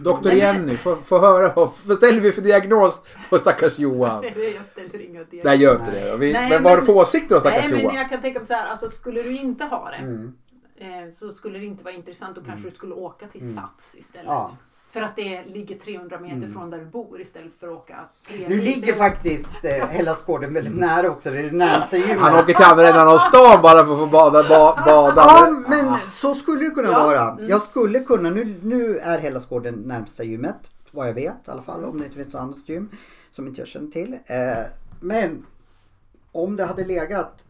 Doktor Jenny, få, få höra vad vad ställer vi för diagnos på stackars Johan? jag ställer inga diagnoser. Nej gör inte det. Vi, Nej, men vad har du men- för åsikter om stackars Nej, men Johan? Mm. jag kan tänka mig så här, alltså skulle du inte ha det eh, så skulle det inte vara intressant. Då kanske du skulle åka till Mm. Sats istället. Ja. För att det ligger 300 meter från där du bor istället för att åka tre Nu mil. ligger Det- faktiskt eh, Hellasgården väldigt nära också. Det är det närmaste gymmet. Han åker till andra änden av stan bara för att få bada. Ba, bada. Ja men så skulle det kunna Ja, Mm. vara. Jag skulle kunna, nu, nu är Hellasgården närmsta gymmet. Vad jag vet i alla fall. Om det inte finns något annat gym som inte jag känner till. Eh, men om det hade legat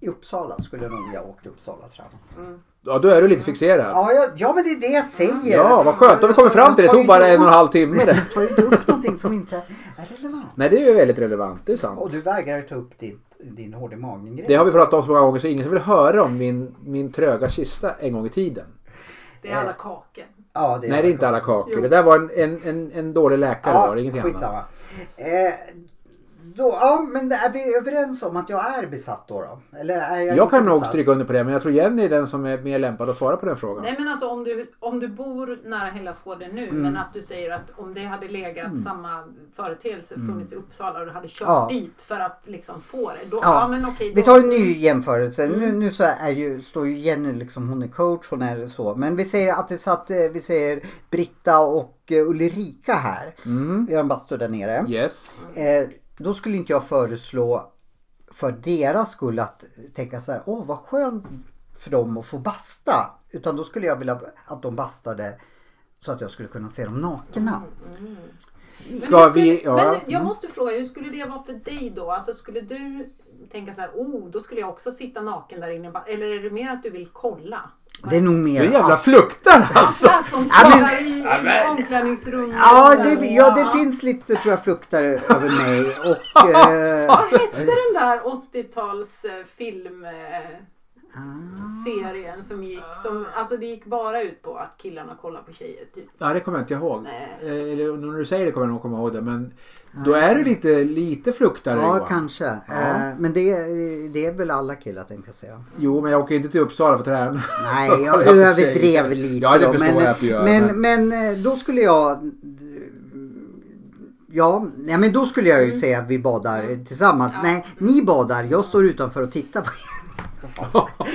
i Uppsala skulle jag nog jag åkt till Uppsala och tränat. Mm. Ja, då är du lite fixerad. Ja, jag, ja men det är det jag säger. Ja, vad skönt. Då har vi kommit fram till det. Det tog bara en och en halv timme det. Jag tar ju inte upp någonting som inte är relevant. Nej, det är ju väldigt relevant. Det är Och sant. du vägrar ta upp ditt, din hård i magen grej. Det har vi pratat om så många gånger så ingen som vill höra om min, min tröga kista en gång i tiden. Det är alla kakor. Ja, det Nej, det är inte alla kakor. Det där var en, en, en, en dålig läkare var det, ingenting annat. skitsamma. Eh, då, ja, men är vi överens om att jag är besatt då? då? Eller är jag Jag inte kan nog besatt? stryka under på det men jag tror Jenny är den som är mer lämpad att svara på den frågan. Nej men alltså om du, om du bor nära Hellasgården nu Mm. men att du säger att om det hade legat samma företeelse funnits i Uppsala och du hade kört Mm. Ja. dit för att liksom få det. Då, ja. Ja. men okej. Vi Då, Mm. tar en ny jämförelse. Nu, nu så är ju, står ju Jenny liksom, hon är coach, hon är så. Men vi säger att det satt, eh, vi säger Britta och eh, Ulrika här. Mm. Vi har en bastu där nere. Yes. Eh, då skulle inte jag föreslå för deras skull att tänka så här, åh vad skönt för dem att få basta. Utan då skulle jag vilja att de bastade så att jag skulle kunna se dem nakna. men, Ska hur skulle- vi... Ja. men Mm. jag måste fråga, hur skulle det vara för dig då? Alltså skulle du tänka så här, oh då skulle jag också sitta naken där inne. Eller är det mer att du vill kolla? Det är nog mer... Du jävla fluktar alltså! Alla som Ja, men- kollar i, i omklädningsrummet. Ja och där. det, ja, det finns lite tror jag fluktar över mig och... Eh, Vad hette den där 80-tals eh, film... eh, serien som gick. Som, alltså det gick bara ut på att killarna kollar på tjejer. Typ. Ja, det kommer jag inte ihåg. Eh, Eller när du säger det kommer jag nog komma ihåg det. Men då är det lite, lite fluktare Ja, Johan. kanske. Ja. Eh, men det, det är väl alla killar tänkte jag säga. Jo, men jag åker inte till Uppsala för träning. Nej, jag överdrev lite. Ja, det då, förstår men, jag att du gör. Men, men eh, då skulle jag... Ja, nej, men då skulle jag ju säga att vi badar tillsammans. Mm. Ja. Nej, ni badar. Jag står utanför och tittar på er.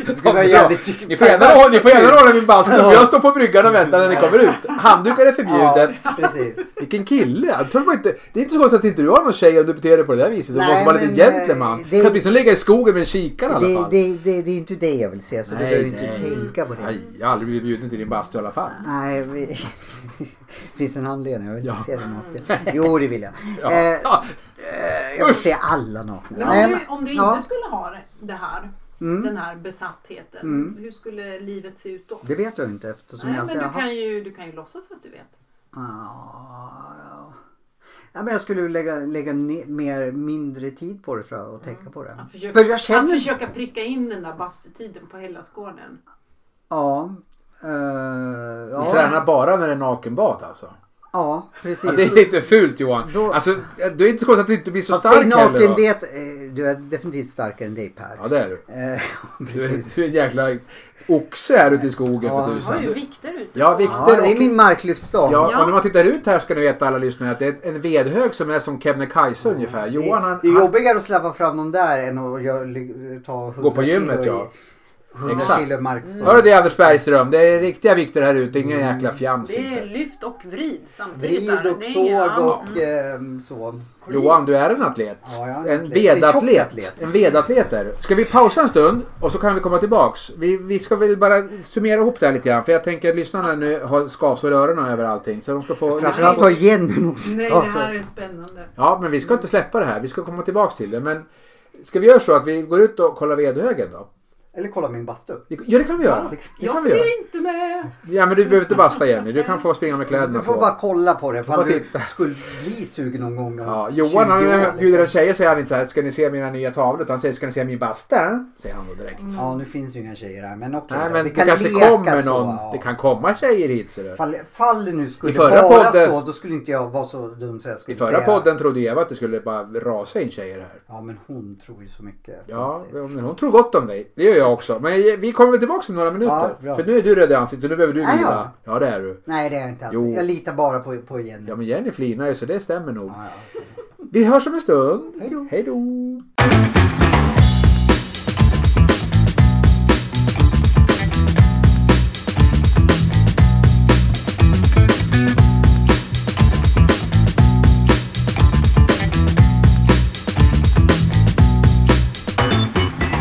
det skulle vara jävligt- typ- ni får gärna hålla- ni får gärna hålla min bastu för jag står på bryggan och väntar när ni kommer ut. Handdukar är förbjudet. precis. Vilken kille! Han törs man inte, det är inte så konstigt att inte du har någon tjej om du beter dig på det där viset. Du Nej, måste vara men, lite gentleman. eh, det- Det... Kan du inte ligga i skogen med en kikare i alla Det, fall? det, det, det är inte det jag vill se, så du Nej, behöver inte nej. tänka på det. Nej, jag har aldrig blivit bjuden till din bastu i alla fall. Nej, vi... det finns en anledning. Jag vill inte Ja. se dig naken. Jo, det vill jag. Ja. Eh, Ja. eh, jag vill se alla nakna. Men Nej, om men- du, om du ja. Mm. inte skulle ha det- det här, den här besattheten. Hur skulle livet se ut då? Det vet jag inte eftersom Nej, jag men alltid du har kan, ju, du kan ju låtsas att du vet. Ah, Ja, ja, men jag skulle lägga, lägga ne- mer, mindre tid på det för att Mm. tänka på det. Att försöka, För jag känner... att försöka pricka in den där bastutiden på Hellasgården. Ja. eh, Du ja, tränar bara när det är nakenbad alltså. ja, Ja, precis. det är lite fult Johan. Då- Alltså, det är inte så konstigt att du inte blir så Fast stark det är heller. naken, va? det, är- eh, du är definitivt starkare än dig Per. Ja, det är du. Eh, Du är precis. du är en jäkla oxe här ute i skogen för Ja. Du har tusan. ju vikter ute. Ja, vikter. Ja, det är min marklyftsdag. Ja, Ja. och när man tittar ut här ska ni veta alla lyssnare att det är en vedhög som är som Kebnekaise ungefär. Mm. Det, Johan han, det är han jobbigare att släppa fram dem där än att gö- ta 100 går på gymmet kilo ja. i 100 Exakt. kilo mark. Hör du det Anders Bergström? Det är riktiga vikter här ute, ingen Mm. jäkla fjams. Det är inte. lyft och vrid samtidigt. Vrid där. och Det är inga- såg Mm. och ehm, så. Johan, du är en atlet. Ja, jag är en en atlet. En tjock vedatlet. atlet. En vedatlet är du. Ska vi pausa en stund och så kan vi komma tillbaks. Vi, vi ska väl bara summera ihop det här lite grann. För jag tänker att lyssnarna nu har skavsår i öronen över allting. Så de ska få... Framförallt har Jenny mos. Nej, det alltså. här är spännande. Ja, men vi ska inte släppa det här. Vi ska komma tillbaks till det. Men ska vi göra så att vi går ut och kollar vedhögen då? Eller kolla min bastu. Vi- Ja, det kan vi göra. Det Jag kan vi göra. följer inte Mm. med! Ja, men du behöver inte basta Jenny. Du kan få springa med kläderna Du får på. bara kolla på det ifall får du titta. skulle bli sugen någon gång om Ja, Johan 20 han år, när liksom. han bjuder en tjejer säger han inte så här, ska ni se mina nya tavlor? Utan han säger, ska ni se min basta? Säger han då direkt. Ja, nu finns ju inga tjejer här men Mm. okej. Nej då. men Vi det kan kanske leka kommer så, någon. ja. Det kan komma tjejer hit ser du. Fall, fall det nu skulle I förra vara podden- så, då skulle inte jag vara så dum så jag I skulle förra säga. podden trodde Eva att det skulle bara rasa in tjejer här. Ja, men hon tror ju så mycket. Ja, konstigt. men hon tror gott om dig. Det gör jag också. Men eh, vi kommer tillbaka om några minuter. Ja, bra. för nu är du röd i ansiktet och nu behöver du Är jag? vila. Ja, det är du. Nej, det är jag inte alls. Jo. Jag litar bara på, på Jenny. Ja, men Jenny flinar ju så det stämmer nog. Ja, ja. Vi hörs om en stund. Hej då. Hej då.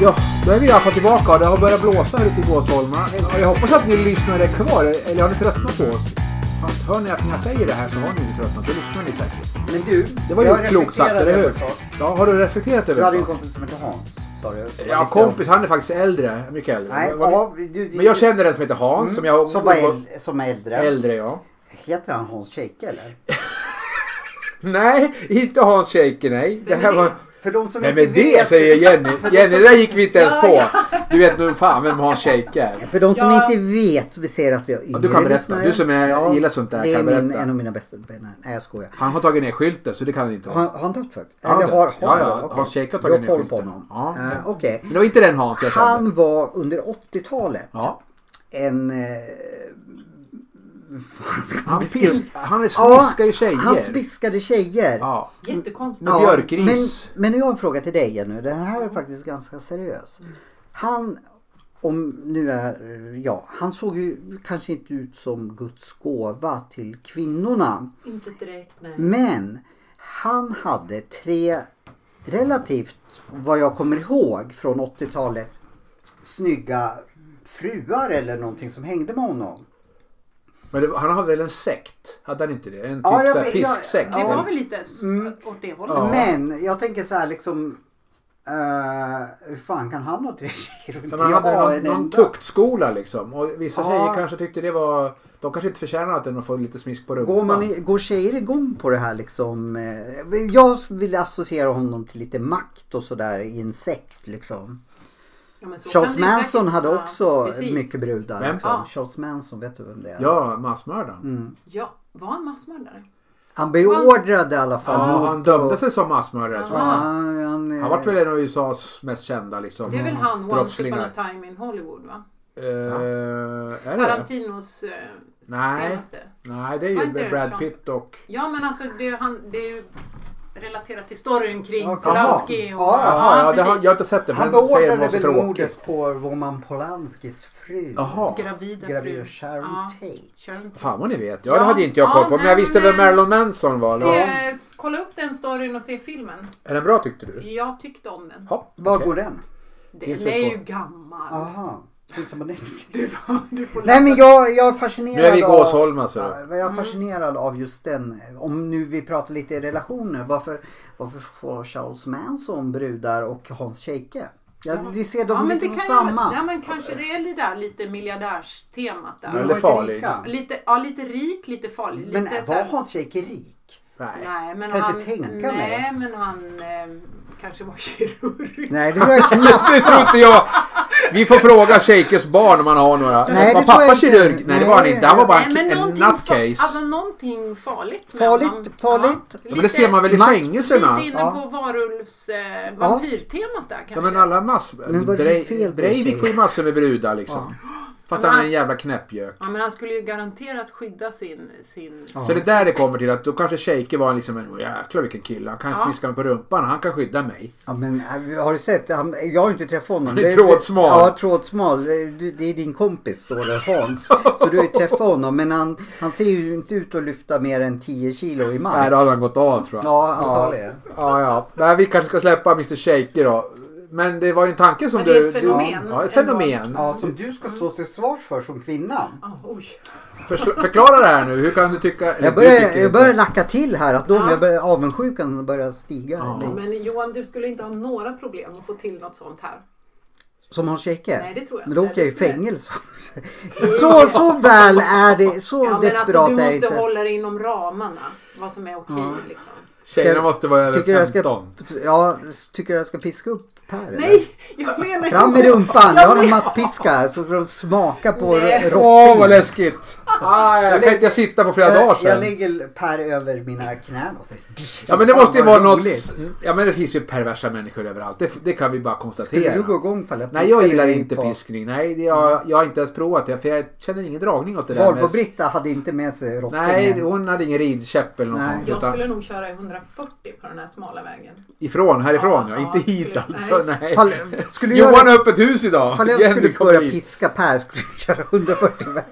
Ja, då är vi i alla fall tillbaka och det har börjat blåsa här ute i Gåsholmarna. Och Jag hoppas att ni lyssnare är kvar, eller har ni tröttnat på oss? Fast hör ni att när jag säger det här så har ni inte tröttnat, då lyssnar ni säkert. Men du, Det var jag ju klokt sagt, reflekterade eller över hur? en sak. Ja, har du reflekterat över Du hade ju en så? kompis som hette Hans, sa du. som var Ja, lite- kompis, han är faktiskt äldre. Mycket äldre. Nej, Vad- vad- ja, du, du, Men jag känner en som heter Hans. Som, jag, som, var äldre, som är äldre. äldre. ja. Heter han Hans Scheike eller? Nej, inte Hans Shaker, nej. Det Vem här är var... det? För de som Nej inte men det vet, säger Jenny. Jenny, det där gick vi inte ens Ja, på. Du vet nu fan vem Hans Shaker är. För de som Ja. inte vet, vi säger att vi har yngre du kan berätta. lyssnare. Du som är- gillar sånt där Det är kan min, berätta. en av mina bästa vänner. Nej jag skojar. Han har tagit ner skylten så det kan han inte Har, vara. har han dött förut? Har han Eller har, har dött? Ja, ja, okej. Hans Scheike har Du tagit ner koll på skylten. honom. Ja. Eh, Okej. Men det var inte den Hans jag kände. Han var under 80-talet Ja. en... Eh, fan ska man Han, beskriva- fisk, han är smiskar ju Ja, tjejer. Han spiskade tjejer. Ja. Jättekonstigt. Ja. björkris. Men, men nu har jag en fråga till dig Jenny. Den här är faktiskt ganska seriös. Han, om nu är, ja, han såg ju kanske inte ut som Guds gåva till kvinnorna. Inte direkt, nej. Mm. Men han hade tre relativt, vad jag kommer ihåg från 80-talet, snygga fruar eller någonting som hängde med honom. Men det, var- han hade väl en sekt? Hade han inte det? En typ Ja, Mm. jag så här vet- jag- pisksekt? Det eller? var väl lite s- åt det hållet. Ja. Men jag tänker så här liksom. eh, hur fan kan han ha tre tjejer och inte Ja, men jag han ha hade en någon, någon enda? tuktskola liksom. Och vissa Ja. tjejer kanske tyckte det var... De kanske inte förtjänar att de får lite smisk på rumpan. Går, man, i- går tjejer igång på det här liksom? eh, Jag vill associera honom till lite makt och sådär i en sekt liksom. Ja, men så Charles kan det ju Manson säkert- hade ja, också precis. mycket brudar. Vem? Liksom. Ja. Charles Manson, vet du vem det är? Ja, massmördaren. Mm. Ja, var han massmördare? Han beordrade i alla fall. Ja, mord han på- dömde sig som massmördare. Så Ja, han, han, eh, han vart väl en av USAs mest kända liksom, Det är väl Mm. han Once upon a brottslingar. time in Hollywood va? Eh, är det det? Tarantinos eh, Nej. senaste. Nej, det är Var inte ju det Brad Sean- Pitt och... Ja men alltså det, är han, det är ju relaterat till storyn kring Okej. Polanski. Och, Jaha. Ja, Jaha, ja, det har, precis. jag har inte sett det. han men säger beordrade var så väl tråkigt. mordet på Roman Polanskis fru. Jaha. Gravida Gravida fru. Sharon Ja, Tate. Sharon Fan vad ni vet. Ja, det Ja. hade inte jag koll Ja, på. Men jag men, visste vem eh, Marilyn Manson var. eller? Se, eh, kolla upp den storyn och se filmen. Är den bra tyckte du? Jag tyckte om den. Ja, Var okej. går den? Finns Den det är på- ju gammal. Jaha. Finns den på Netflix? Du får Nej men jag, jag är fascinerad Nu är vi i av- Gåsholm alltså. Ja, Jag är fascinerad av just den. Om nu vi pratar lite relationer. Varför, varför får Charles Manson brudar och Hans Scheike? Ja, vi ser dem lite som kan ju- samma. Ja, men kanske det är det där lite miljardärstemat där. De Eller var farlig. rika. Lite, ja, lite rik, lite farlig. Men lite så var här- Hans Scheike rik? Nej. Nej, men Kan inte han, tänka mig. nej, men han eh, kanske var kirurg. Nej det tror jag knappt. Det tror inte jag. Vi får fråga Shakers barn om han har några. Nej, det var tror jag pappa inte. kirurg? Nej, det var han Nej. inte. Han var bara Nej, men en någonting, fa- nutcase. alltså, någonting farligt. med Farligt, honom. farligt. Ja, men det ser man väl i Makt. fängelserna? Lite inne Ja. på varulvs eh, Ja. vampyrtemat där kanske. Ja men alla massor. Men var det fel på tjejer? Breivik får ju massor med brudar liksom. För att Men han är han- en jävla knäppjök. Ja, men han skulle ju garanterat skydda sin... sin Så det är där det kommer till att då kanske Shaker var en liksom en jäklar vilken kille. Han kan Ja. smiska mig på rumpan. Han kan skydda mig. Ja, men, äh, har du sett? Han, jag har ju inte träffat honom. Han är Det- trådsmal. Ja, trådsmal. Du- Det är din kompis då, det är Hans. Så du har ju träffat honom. Men han, han ser ju inte ut att lyfta mer än 10 kilo i Nej mark. då hade han gått av tror jag. Ja, antagligen. Ja, ja. ja. Nej, vi kanske ska släppa Mr Shaker då. Men det var ju en tanke som Men det är du... ett du- fenomen. Ja, ett fenomen. Ja, som du ska stå till svars för som kvinna. Ja, oj. Försla- förklara det här nu. Hur kan du tycka... eller Jag du börjar, tycker jag inte. börjar lacka till här. Att då Ja. jag börjar, avundsjukan börjar stiga. Ja. Men Johan, du skulle inte ha några problem att få till något sånt här. Som Hans Scheike. Nej, det tror jag Men då inte. åker jag i Det skulle- fängelse. Så, så väl är det. Så Ja, men desperat alltså, du är jag måste inte. hålla dig inom ramarna. Vad som är okej liksom. Tjejerna Ska- måste vara över Tycker du 15. jag ska, ja, tycker du jag ska piska upp Per? eller? Nej, jag menar Fram med rumpan, jag har en mattpiska här, så får de smaka på Nej. rocken. Åh vad läskigt! Ah, jag kan inte sitta på flera dagar Jag, sedan. jag lägger Per över mina knän och säger Ja men det Fan, måste ju vad vara något... roligt. Ja men det finns ju perversa människor överallt. Det, det kan vi bara konstatera. Skulle du gå igång på alla Nej jag piskar gillar du inte på? Mm. piskning. Nej det, jag, jag har inte ens provat det. För jag känner ingen dragning åt det där. med- Valbo-Britta hade inte med sig rocken. Nej hem. hon hade ingen ridkäpp eller något Nej. sånt. Jag Utan skulle nog köra i 140 på den här smala vägen. Ifrån, härifrån ja. Ja, Inte ja, hit absolut. alltså. Nej. Fall, skulle du Johan göra, har öppet hus idag. fall jag Jenny skulle kommer börja hit. piska Per skulle du köra 140 varv.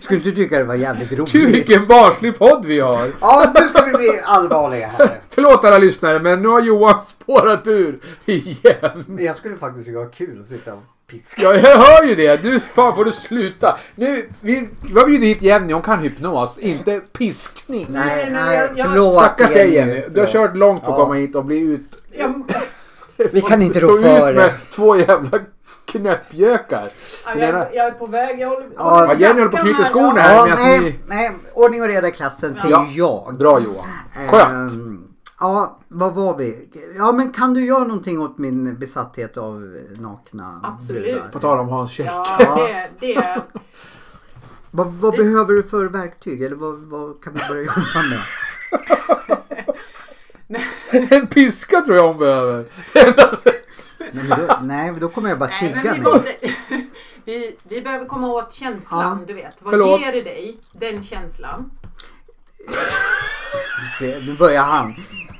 Skulle du tycka det var jävligt Gud roligt? vilken barnslig podd vi har! Ja nu ska vi bli allvarliga här. Förlåt alla lyssnare men nu har Johan spårat ur igen. Jag skulle faktiskt tycka det var kul att sitta och piska. Ja, jag hör ju det! Nu fan får du sluta! Nu, vi, vi har bjudit hit Jenny, hon kan hypnos, inte piskning. Nej, Nej, nej, nej, jag- förlåt Stackars dig Jenny, du har förlåt. kört långt för att Ja. komma hit och bli ut... Jag, Vi kan inte Stå rå för ut med det. två jävla knäppjökar. jag, jag, jag är på väg. Jag håller, Ja, håller Ja, Jenny håller på att jackan knyta här, skorna ja. här Ja, medan nej, ni... nej, ordning och reda i klassen säger Ja. jag. Bra Johan. Skönt. Ehm, Ja, vad var vi? Ja, men kan du göra någonting åt min besatthet av nakna Absolut. På brudar? tal om Hans Kjell. Ja, det, det, Vad, vad behöver du för verktyg? Eller vad, vad kan vi börja jobba med? En piska tror jag hon behöver. Nej, men då, nej, men då kommer jag bara nej, tigga men vi, nu. måste, vi, vi behöver komma åt känslan, Ja. du vet. Vad Förlåt. ger det dig, den känslan? Se, Nu börjar han.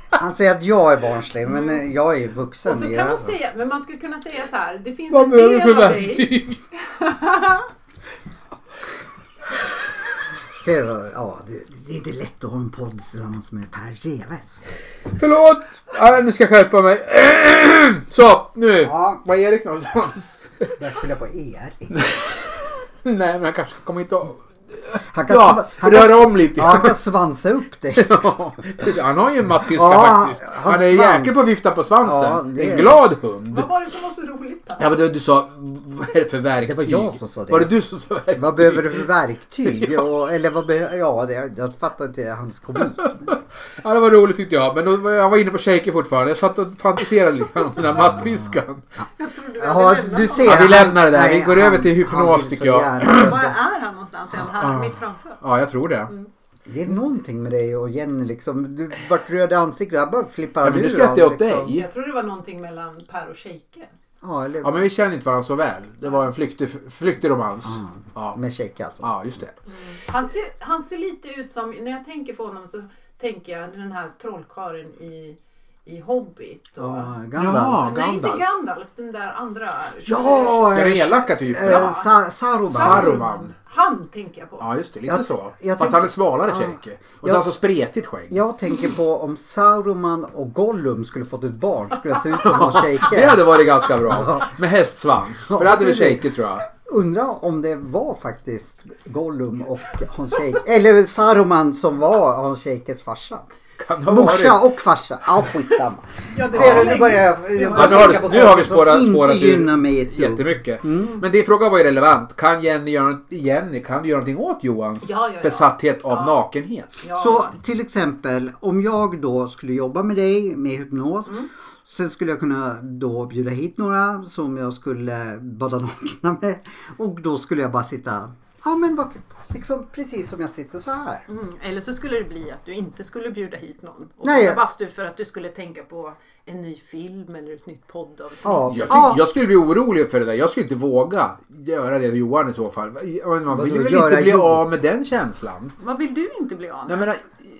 Han säger att jag är barnslig, men Mm. eh, jag är vuxen. Och så i kan man övrigt. säga, men man skulle kunna säga så här. Det finns alltså. Vad en behöver du del för av dig. verktyg? Ser du? vad- Ja, det, det är inte lätt att ha en podd tillsammans med Per Reves. Förlåt! Ah, nu ska jag skärpa mig. Så, nu. Ja. Var Erik någonstans? Jag skyller på Erik. Nej, men han kanske kommer inte ihåg. Han kan, Ja, sva- han kan, rör om lite. Ja, han kan svansa upp dig. Ja, precis. han har ju en mattfiska Ja, faktiskt. hans Han är svans. jäkel på att vifta på svansen. Ja, det är- En glad hund. Vad var det som var så roligt då? Ja, men du, du sa, vad är det för verktyg? Det var jag som sa det. Var det du som sa verktyg? Vad behöver du för verktyg? Och, eller vad behöver... Ja, det, jag fattar inte hans komik. Ja, det var roligt tyckte jag. Men då, var- jag var inne på shaker fortfarande. Jag satt och fantiserade lite om den där mattfiskan. Jag trodde vi hade Jaha, lämnat du honom. ser. Ja, vi lämnar det där. han- Vi går nej, över till han- hypnos, han vill så tycker jag. gärna- Var är han någonstans? Är han här mitt framför? Ja, jag tror det. Det är någonting med dig och Jenny liksom. Du vart röd i ansiktet. Jag bara flippar Ja, men nu ur skrattar jag av, åt liksom. dig. Jag tror det var någonting mellan Per och Sheike. Ja, eller Ja, men vi känner inte varandra så väl. Det var en flyktig, flyktig romans. Ja. med shake alltså. ja, just det. Han ser, han ser lite ut som, när jag tänker på honom så tänker jag den här trollkaren i, i Hobbit. Och, Ja, Jaha. Gandalf. Nej, inte Gandalf. Gandalf, den där andra. Ja! Den elaka typen. Eh, Sa- Saruman. Saruman. Han tänker jag på. Ja, just det. Lite Jag- så. jag Fast tänkte- han är ett svalare Ja. shaker. Och Jag- så han så spretigt skägg. Jag tänker på om Saruman och Gollum skulle fått ett barn. Skulle det se ut som en Det shake? hade varit ganska bra. Med hästsvans. För det hade väl shaker tror jag. Undrar om det var faktiskt Gollum och Hans Shake. Eller Saruman som var Hans Shakes farsa. Kan det ha Morsa varit? och farsa. Ja, skitsamma. Ja, det var Ser du, nu länge. börjar jag, jag Ja, nu har, tänka på det, nu har vi saker spårat, som inte spårat ur gynnar Mm. mig ett dugg. jättemycket. Men din fråga var ju relevant. Kan Jenny göra, något- Jenny, kan du göra någonting åt Johans Ja, ja, ja. besatthet av Ja. nakenhet? Ja. Så till exempel om jag då skulle jobba med dig med hypnos. Mm. Sen skulle jag kunna då bjuda hit några som jag skulle bada nakna med. Och då skulle jag bara sitta, ja men bak, liksom precis som jag sitter så här. Mm, eller så skulle det bli att du inte skulle bjuda hit någon och Nej. Nej. bastu för att du skulle tänka på en ny film eller ett nytt poddavsnitt. Ja. Jag, tyck, Ja. jag skulle bli orolig för det där. Jag skulle inte våga göra det till Johan i så fall. Man man vill Vadå, väl göra inte bli Johan? av med den känslan. Vad vill du inte bli av Jag med? menar,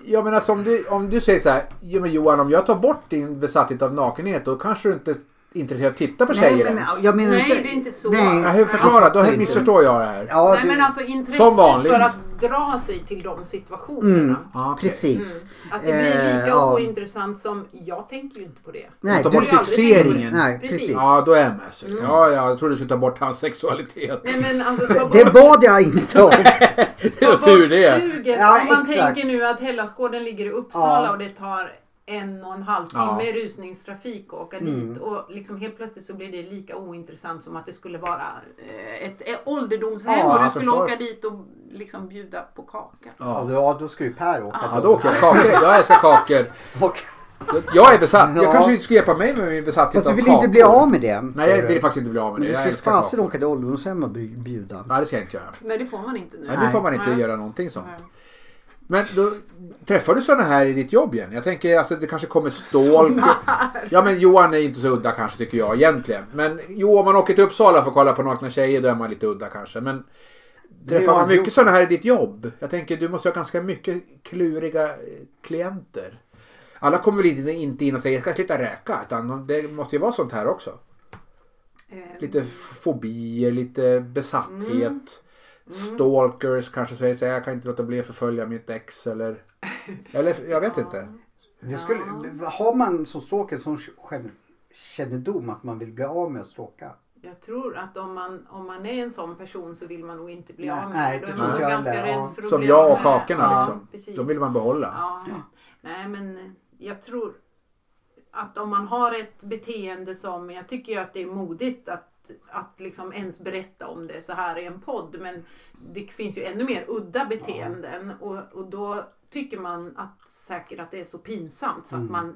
jag menar som du, om du säger så här, "Ja, men Johan om jag tar bort din besatthet av nakenhet då kanske du inte är intresserad av att titta på tjejer men, ens. jag menar Nej, inte, det är inte så. Ja, hur förklara? Då fattar missförstår jag det här. Ja, Nej du, men alltså intresset Som vanligt. för att dra sig till de situationerna. Ja, okej. precis. Att det blir Eh, lika ja. ointressant som, jag tänker ju inte på det. Nej, Ta du- bort aldrig fixeringen. Nej, Precis. precis. Ja, då är jag med. Mm. Så. Ja, ja, jag trodde du skulle ta bort hans sexualitet. Nej men alltså ta bort, Det bad jag inte om. Det ta var bort tur det. suget. Ja, Om man exakt. tänker nu att Hellasgården ligger i Uppsala Ja. och det tar en och en halv Ja. timme rusningstrafik och åka Mm. dit och liksom helt plötsligt så blir det lika ointressant som att det skulle vara eh, ett, ett ålderdomshem Ja, och du jag skulle förstår. åka dit och liksom bjuda på kaka. Ja. Ja, då skulle ju Per åka. Ja, då åker jag kakor. Jag älskar kakor. Och- Jag är besatt. Ja. Jag kanske inte skulle hjälpa mig med min besatthet Fast du av vill kakor. inte bli av med det. Nej, jag säger vill du. faktiskt inte bli av med Men det. du Jag ska ju älskar fasen kakor. åka till ålderdomshem och bju- bjuda. Nej, det ska jag inte göra. Nej det får man inte nu. Nej, nu Nej. får man inte Nej. göra någonting sånt. Nej. Men då, träffar du sådana här i ditt jobb igen? Jag tänker alltså det kanske kommer stål. Ja men Johan är inte så udda kanske tycker jag egentligen. Men jo om man åker till Uppsala för att kolla på nakna tjejer då är man lite udda kanske. Men träffar har man gjort. mycket sådana här i ditt jobb? Jag tänker du måste ha ganska mycket kluriga eh, klienter. Alla kommer väl inte- inte in och säger jag ska sluta röka. Utan det måste ju vara sånt här också. Ehm. Eh, Lite f- fobier, lite besatthet. Mm. Mm. Stalkers kanske säger så här, jag kan inte låta bli att förfölja mitt ex eller... Eller jag vet inte. Det skulle, Har man som stalker som självkännedom att man vill bli av med att stalka? Jag tror att om man, om man är en sån person så vill man nog inte bli Nej, av nej, med det. det Då tror är man nog inte jag ganska heller. Ja. rädd för att Som bli jag av och med- kakorna Ja, liksom. precis. De vill man behålla. Ja. Nej men jag tror att om man har ett beteende som, jag tycker ju att det är modigt att, att liksom ens berätta om det så här i en podd. Men det finns ju ännu mer udda beteenden och, och då tycker man att, säkert att det är så pinsamt så att man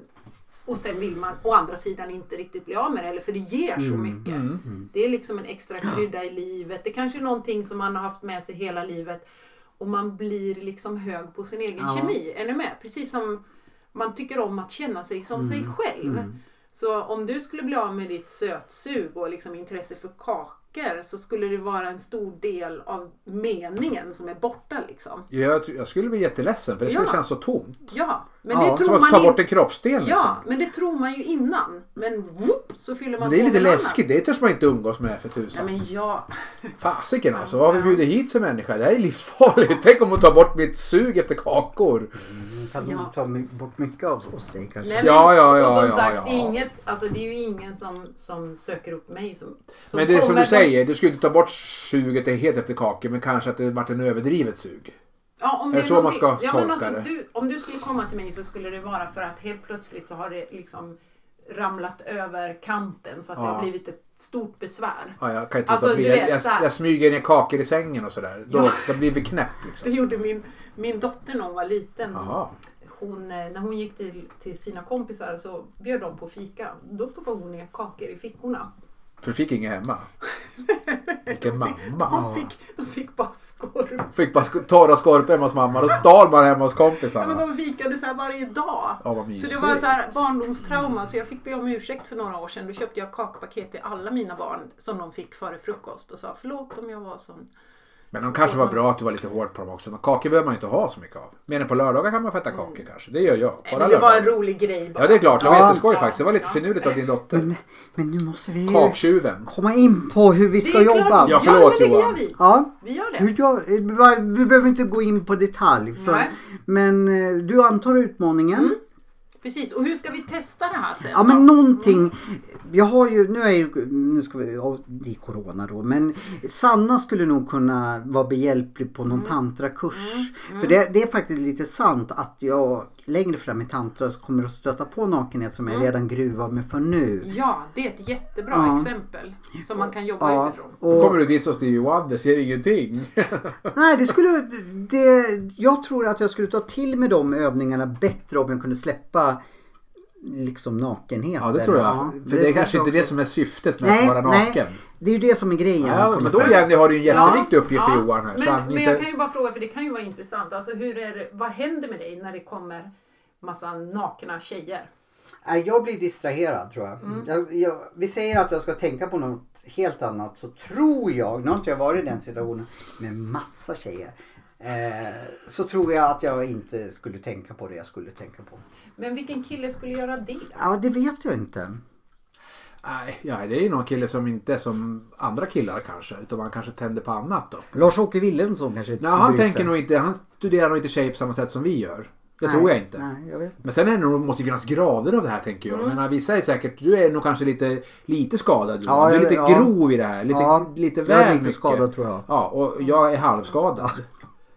och sen vill man å andra sidan inte riktigt bli av med det heller för det ger så mycket. Det är liksom en extra krydda i livet. Det kanske är någonting som man har haft med sig hela livet och man blir liksom hög på sin egen Ja. kemi. Är ni med? Precis som man tycker om att känna sig som sig Mm, Mm. själv. Så om du skulle bli av med ditt sötsug och liksom intresse för kakor så skulle det vara en stor del av meningen som är borta liksom. Jag, jag skulle bli jätteledsen för det skulle Ja. kännas så tomt. Ja, Men Ja, det Som tror att man ta in- bort en kroppsdel nästan. Ja, men det tror man ju innan. Men whoop, så fyller man Men det är på lite med läskigt. Det törs man inte umgås med för Annat. tusan. Nej, men ja. Fasiken alltså. Vad har vi Ja. bjudit hit för människa? Det här är livsfarligt. Tänk om hon tar bort mitt sug efter kakor. Kan de Ja. ta my- bort mycket av oss säger kanske? Nej, men, Ja, ja, och ja, som ja, sagt, ja. inget, alltså det är ju ingen som, som söker upp mig som, som Men det är som kommer du från- säger. Du skulle inte ta bort suget helt efter kakor. Men kanske att det varit en överdrivet sug. Ja, om Är det det är så man någonting- ska ja, tolka men alltså, det? Du, om du skulle komma till mig så skulle det vara för att helt plötsligt så har det liksom ramlat över kanten så att det Ja. har blivit ett stort besvär. Ja, jag kan inte Alltså, låta bli. du Jag, vet, jag, så här- jag smyger ner kakor i sängen och sådär. Då, Ja. då blir vi knäpp liksom. Det gjorde min, min dotter när hon var liten. Jaha. Hon, eh, när hon gick till, till sina kompisar så bjöd de på fika. Då stoppade hon ner kakor i fickorna. För du fick inget hemma. Vilken mamma. De fick, de fick bara skorv. Fick bara sk- torra skorpor hemma hos mamma. Då stal man hemma hos Ja, men kompisarna. de fikade så här varje dag. Ja, vad Så mysigt. det var så här barndomstrauma så jag fick be om ursäkt för några år sedan. Då köpte jag kakpaket till alla mina barn som de fick före frukost och sa förlåt om jag var sån. Men de kanske var bra att du var lite hård på dem också. Men kakor behöver man ju inte ha så mycket av. Men på lördagar kan man få äta kakor kanske. Det gör jag. Mm. Nej, Bara men det var en lördagar. rolig grej bara. Ja det är klart, det var Ja. jätteskoj faktiskt. Det var lite Ja. finurligt av din dotter. Men, men nu måste vi ju Kaktjuven. komma in på hur vi Det är ska klart- jobba. Ja, Ja, förlåt, men det Johan. gör vi. Ja. Vi gör Hur det. jag, vi behöver inte gå in på detalj. För, Nej. men eh, du antar utmaningen. Precis. Och hur ska vi testa det här sen? Ja men någonting. Jag har ju, nu är ju, nu ska vi, ja, det är corona då. Men Sanna skulle nog kunna vara behjälplig på någon Mm. tantrakurs. För det, det är faktiskt lite sant att jag längre fram i tantra så kommer att stöta på nakenhet som Mm. jag redan gruvar mig för nu. Ja, det är ett jättebra Ja. exempel exempel som man kan jobba utifrån. Då och, kommer du dit som Stevie Wonder, ser ingenting. nej, det skulle, det, jag tror att jag skulle ta till mig de övningarna bättre om jag kunde släppa liksom nakenheten. Ja det tror jag. Ja, För det är kanske inte också- det som är syftet med att vara naken. Nej, det är ju det som är grejen. Alltså, kan Ja, man men då säga. Jenny har du en jätteviktig uppgift för Johan här. så Men, han men inte- jag kan ju bara fråga, för det kan ju vara intressant. Alltså, hur är det, vad händer med dig när det kommer massa nakna tjejer? Nej, Jag blir distraherad tror jag. Jag, jag. Vi säger att jag ska tänka på något helt annat så tror jag, nu har inte jag varit i den situationen med massa tjejer. Eh, så tror jag att jag inte skulle tänka på det jag skulle tänka på. Men vilken kille skulle göra det? Ja, det vet jag inte. Nej, ja, det är ju någon kille som inte är som andra killar kanske. Utan man kanske tänder på annat då. Lars-Åke Wilhelmsson kanske inte Nej, han tänker nog inte, han studerar nog inte tjejer på samma sätt som vi gör. Det tror jag inte. Nej, Mm. jag vet. Men sen är det nog, måste ju finnas grader av det här tänker jag. Men menar, vissa är säkert, du är nog kanske lite, lite skadad. Ja, Ja, du är jag- lite ja. grov i det här. Lite, Ja, lite jag väl är lite mycket. skadad, tror jag. Ja, och jag är halvskadad.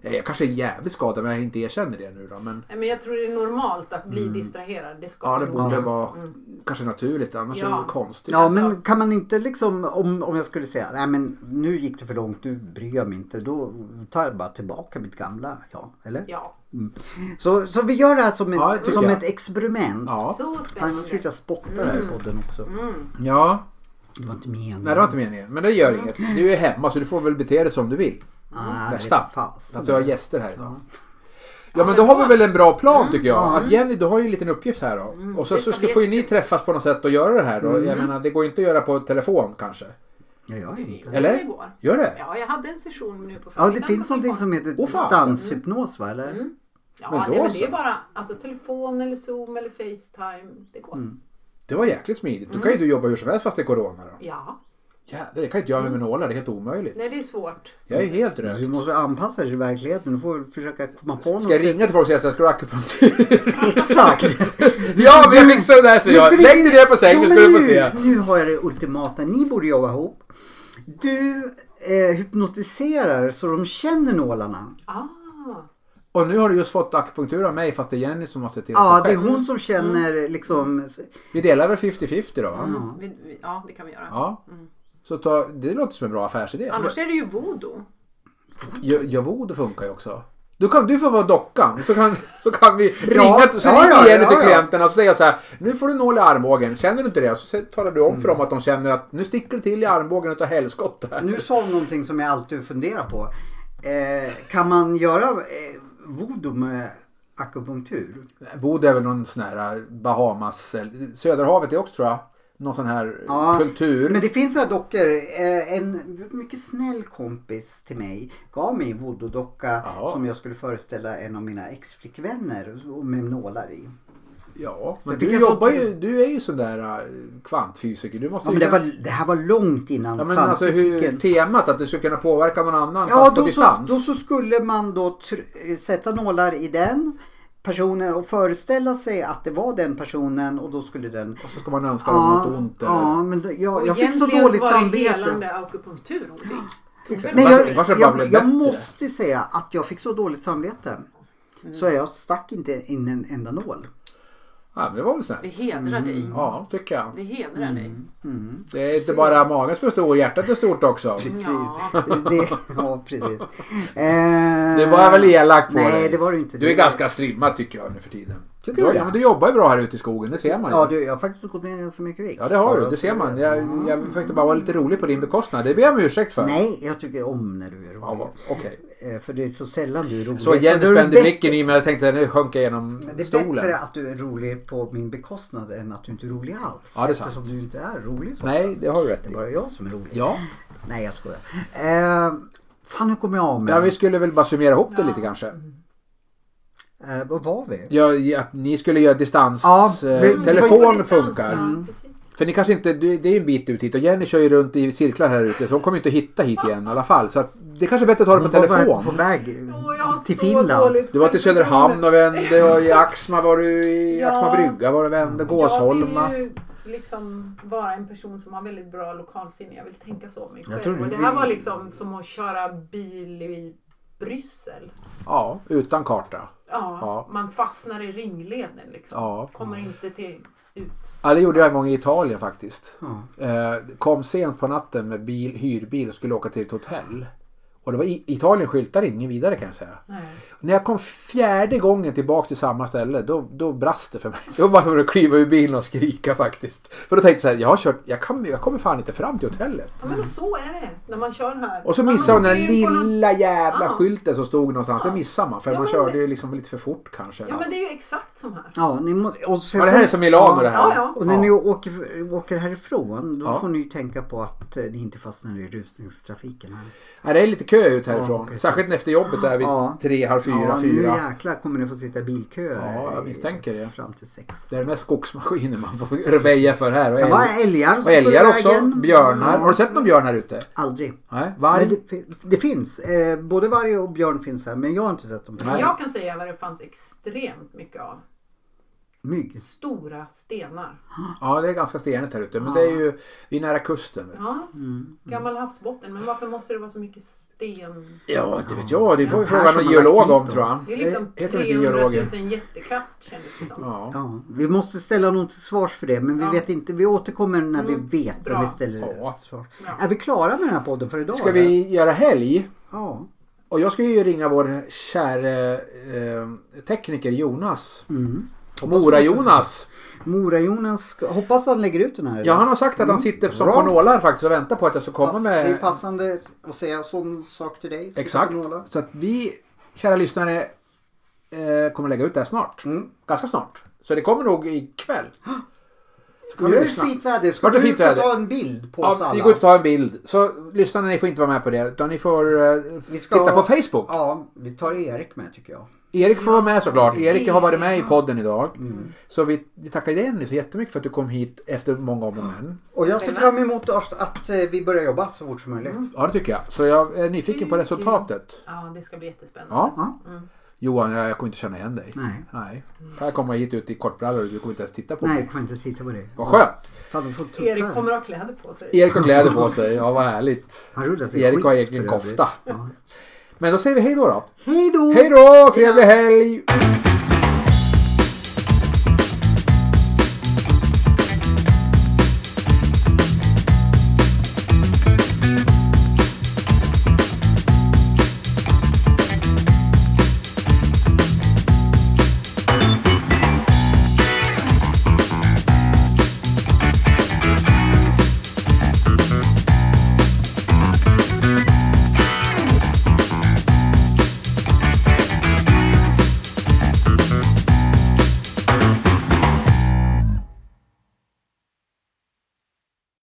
Jag kanske är jävligt skadad men jag inte erkänner det nu då. Men Nej, men jag tror det är normalt att bli distraherad. Det ska ja, det man borde vara. Mm. vara kanske naturligt annars Ja. är det nog konstigt. Ja, men kan man inte liksom om, om jag skulle säga nej men nu gick det för långt, nu bryr jag mig inte. Då tar jag bara tillbaka mitt gamla jag, eller? Ja, Så, så vi gör det här som ett, Ja, det tycker som jag. ett experiment. Ja. så Han sitter spännande. Mm. och spottar här i podden också. ja. Det var inte meningen. Nej, det var inte meningen. Men det gör inget. Du är hemma så du får väl bete dig som du vill. Ah, Nästa. Fast. Alltså jag har gäster här idag. Ja men då har vi väl en bra plan tycker jag. Att Jenny du har ju en liten uppgift här då. Och så, Mm. det så ska ska, bli Mm. får ju ni träffas på något sätt och göra det här då. Jag menar det går inte att göra på telefon kanske. Ja, jag är inte. Eller? igår. Gör det? Ja, jag hade en session nu på Ja, förmiddagen. det finns på någonting telefon. som heter Åh, fan. distanshypnos va? Eller? Mm. Ja, Men men, då nej, men så. det är bara alltså, telefon eller zoom eller facetime. Det går. Det var jäkligt smidigt. Då kan Mm. ju du jobba hur som helst fast det är corona då. Ja, Jävlar, det kan inte jag med mina nålar. Det är helt omöjligt. nej, det är svårt. Jag är helt röd. Du Alltså, måste anpassa dig till verkligheten. Du får försöka komma på något. Ska jag ringa till folk och säga att jag ska ha akupunktur? Exakt. ja men jag fixar det där så Nu jag. skulle Lägg ni- dig ner på sängen Jo, så men ska du få nu- se. Nu har jag det ultimata. Ni borde jobba ihop. Du eh, hypnotiserar så de känner nålarna. Ah, Och nu har du just fått akupunktur av mig fast det är Jenny som har sett till Ja, det det är själv. hon som Mm. känner liksom. Vi delar väl 50-50 då? Mm. va? vi, vi, ja, det kan vi göra. Ja. Så ta, det låter som en bra affärsidé. Annars är det ju voodoo. Jo- Jovodo funkar ju också. Du, kan, du får vara dockan så kan, så kan vi ringa, så ja, ringer ja, Jenny ja, till ja. klienterna och så säger jag så här. Nu får du nål i armbågen. Känner du inte det så se- talar du om Mm. för dem att de känner att nu sticker du till i armbågen och tar helskott här. Nu sa hon någonting som jag alltid funderar på. Eh, kan man göra eh, voodoo med akupunktur? Mm. Vodo är väl någon sån här Bahamas, eller- eh, Söderhavet är också tror jag. någon sån här Ja, kultur. Men det finns några dockor. Eh, En mycket snäll kompis till mig gav mig en voodoo-docka Jaha. som jag skulle föreställa en av mina ex-flickvänner och med nålar i. Ja, Sen men fick du jag jobbar fått- ju, du är ju sån där äh, kvantfysiker. Du måste Ja, ju... men det, var, det här var långt innan ja, men alltså hur, kvantfysiken. temat att du skulle kunna påverka någon annan Ja, fast på då så, distans. då så skulle man då tr- sätta nålar i den personen och föreställa sig att det var den personen och då skulle den... Och så ska man önska dem Ja, något ont. Eller... ja, men då, jag, Och jag fick så egentligen dåligt var det samvete. helande akupunktur hon fick. till exempel. Nej, Varför- jag, varför bara blev jag, jag bättre? måste säga att jag fick så dåligt samvete. Mm. Så jag stack inte in en enda nål. Ja, men det var väl Det snällt. hedrar dig. Mm. Ja, tycker jag. Det hedrar dig. Mm. Det är inte bara magen som är stor, hjärtat är stort också. Precis. Ja. Det, ja, precis. Eh, Det var väl elakt på Nej, dig? det var det inte. Du är Det- ganska slimmad tycker jag nu för tiden. Tycker du, du ja, det? men du jobbar ju bra här ute i skogen, det ser man ju. Ja, du, jag har faktiskt gått ner ganska mycket vikt. Ja, det har Bara du, det för ser man. Jag, jag försökte bara vara lite rolig på din bekostnad, det ber jag om ursäkt för. Nej, jag tycker om när du är rolig. Ja, va- Okej. Eh, För det är så sällan du är rolig. Så Jens då är det spände bättre- blicken i mig och tänkte nu sjönk jag genom Det är stolen. bättre att du är rolig på min bekostnad än att du inte är rolig alls. Ja, det är sant. eftersom du inte är rolig så Nej, det har du ofta. rätt Det i. är bara jag som är rolig. Ja. Nej, jag skojar. Eh, fan, hur kommer jag av mig? ja, vi skulle väl bara summera ihop det lite kanske. Eh, vad var vi? Ja, ja, ni skulle göra distans... Ja, eh, vi- vi- telefon Distans, funkar. Ja, precis. För ni kanske inte, det det är ju en bit ut hit och Jenny kör ju runt i cirklar här ute så hon kommer ju inte hitta hit igen i alla fall. Så att det kanske är bättre att ta det på Hon var på telefon. väg Åh, jag har till så Finland. dåligt Du var till Söderhamn och vände och i Axma var du i Ja. Axma brygga var du vände, Jag Gåsholma. vill ju liksom vara en person som har väldigt bra lokalsinne. Jag vill tänka så om mig Jag själv. tror du och det här vill- var liksom som att köra bil i Bryssel. Ja, utan karta. Ja, Ja. Man fastnar i ringleden liksom. Ja. Kommer inte till ut. Ja, det gjorde jag en gång i Italien faktiskt. Ja. Eh, Kom sent på natten med bil, hyrbil och skulle åka till ett hotell. Och det var i, Italien skyltar ingen vidare kan jag säga. Nej. När jag kom fjärde gången tillbaka till samma ställe då, då brast det för mig. Jag var bara tvungen att kliva ur bilen och skrika faktiskt. För då tänkte jag så här, jag har kört, jag, kan, jag kommer fan inte fram till hotellet. Ja, men och så är det när man kör här. Och så Man missade hon den åker in på någon- lilla jävla Ja. skylten som stod någonstans. Den missade man för Ja, man men- körde ju liksom lite för fort kanske. Ja men det är ju exakt som här. Ja, ni må, och sen, Ja, det här är som Milano Ja. det här. Ja, ja. Och när ni åker, åker härifrån då Ja. får ni ju tänka på att eh, ni inte fastnar i rusningstrafiken. Här. Ja, det är lite kö ut härifrån. Ja, precis. Särskilt efter jobbet så här vid Ja. tre, halv fyra, ja, fyra. Nu jäklar kommer ni få sitta i bilköer. Ja, jag i- misstänker det. Fram till sex. Det är de här skogsmaskiner man får väja för här. Och Det var älg- älgar som och älgar stod i också. vägen. Björnar. Ja, Har du sett någon björn här ute? Aldrig. Nej. Varg? Men det, fi- det finns. Eh, både varg och björn finns här men jag har inte sett dem. Nej. Jag kan säga vad det fanns extremt mycket av. Mygg. Stora stenar. Ja, det är ganska stenigt här ute. Men det är ju vi är nära kusten. Vet. du. Ja, Mm. gammal havsbotten. Men varför måste det vara så mycket sten? Ja, inte vet jag. Det får vi Ja, fråga här som någon har lagt geolog hit om dem. tror jag. Det är liksom Heter de inte 300 geologer? 000 jättekast kändes det som. Ja. Ja, vi måste ställa någon till svars för det men vi Ja. vet inte. Vi återkommer när vi vet Bra. vem vi ställer Ja. till svars. Ja. Är vi klara med den här podden för idag? Ska eller? vi göra helg? Ja. Och jag ska ju ringa vår käre eh, tekniker Jonas. Mm. Och Mora-Jonas. Mora-Jonas, ska- hoppas han lägger ut den här. Ja, han har sagt att han sitter som Mm. Bra. på nålar faktiskt och väntar på att jag ska komma Pass, Det är med... passande att säga sån sak till dig. Sitta Exakt. på nålar. Så att vi, kära lyssnare, eh, kommer lägga ut det här snart. Mm. Ganska snart. Så det kommer nog ikväll. Så kan Nu vi är det lyssna. fint väder. Ska Vart är du fint ut och väder? ta en bild på oss Ja, alla? vi går ut och tar en bild. Så lyssnarna, ni får inte vara med på det. Utan ni får eh, Vi ska- titta på Facebook. Ja, vi tar Erik med tycker jag. Erik får vara med såklart. Erik har varit med i podden idag. Mm. Så vi, vi tackar dig Jenny så jättemycket för att du kom hit efter många om och men. Och jag ser fram emot att, att eh, vi börjar jobba så fort som möjligt. Ja, det tycker jag. Så jag är nyfiken på resultatet. Ja, det ska bli jättespännande. Ja. Ja. Johan, jag jag kommer inte känna igen dig. Nej. Nej. Här kommer jag hit ute i kortbrallor och du kommer inte ens titta på Nej, mig. jag kommer inte titta på det. Vad skönt! Fan, du får tutta. Erik kommer att ha kläder på sig. Erik har kläder på sig. Ja, vad härligt. Han rullar sig Erik har skit egen för övrigt. kofta. Ja. Men då säger vi hej då. då. Hej då! Hej då! Trevlig helg!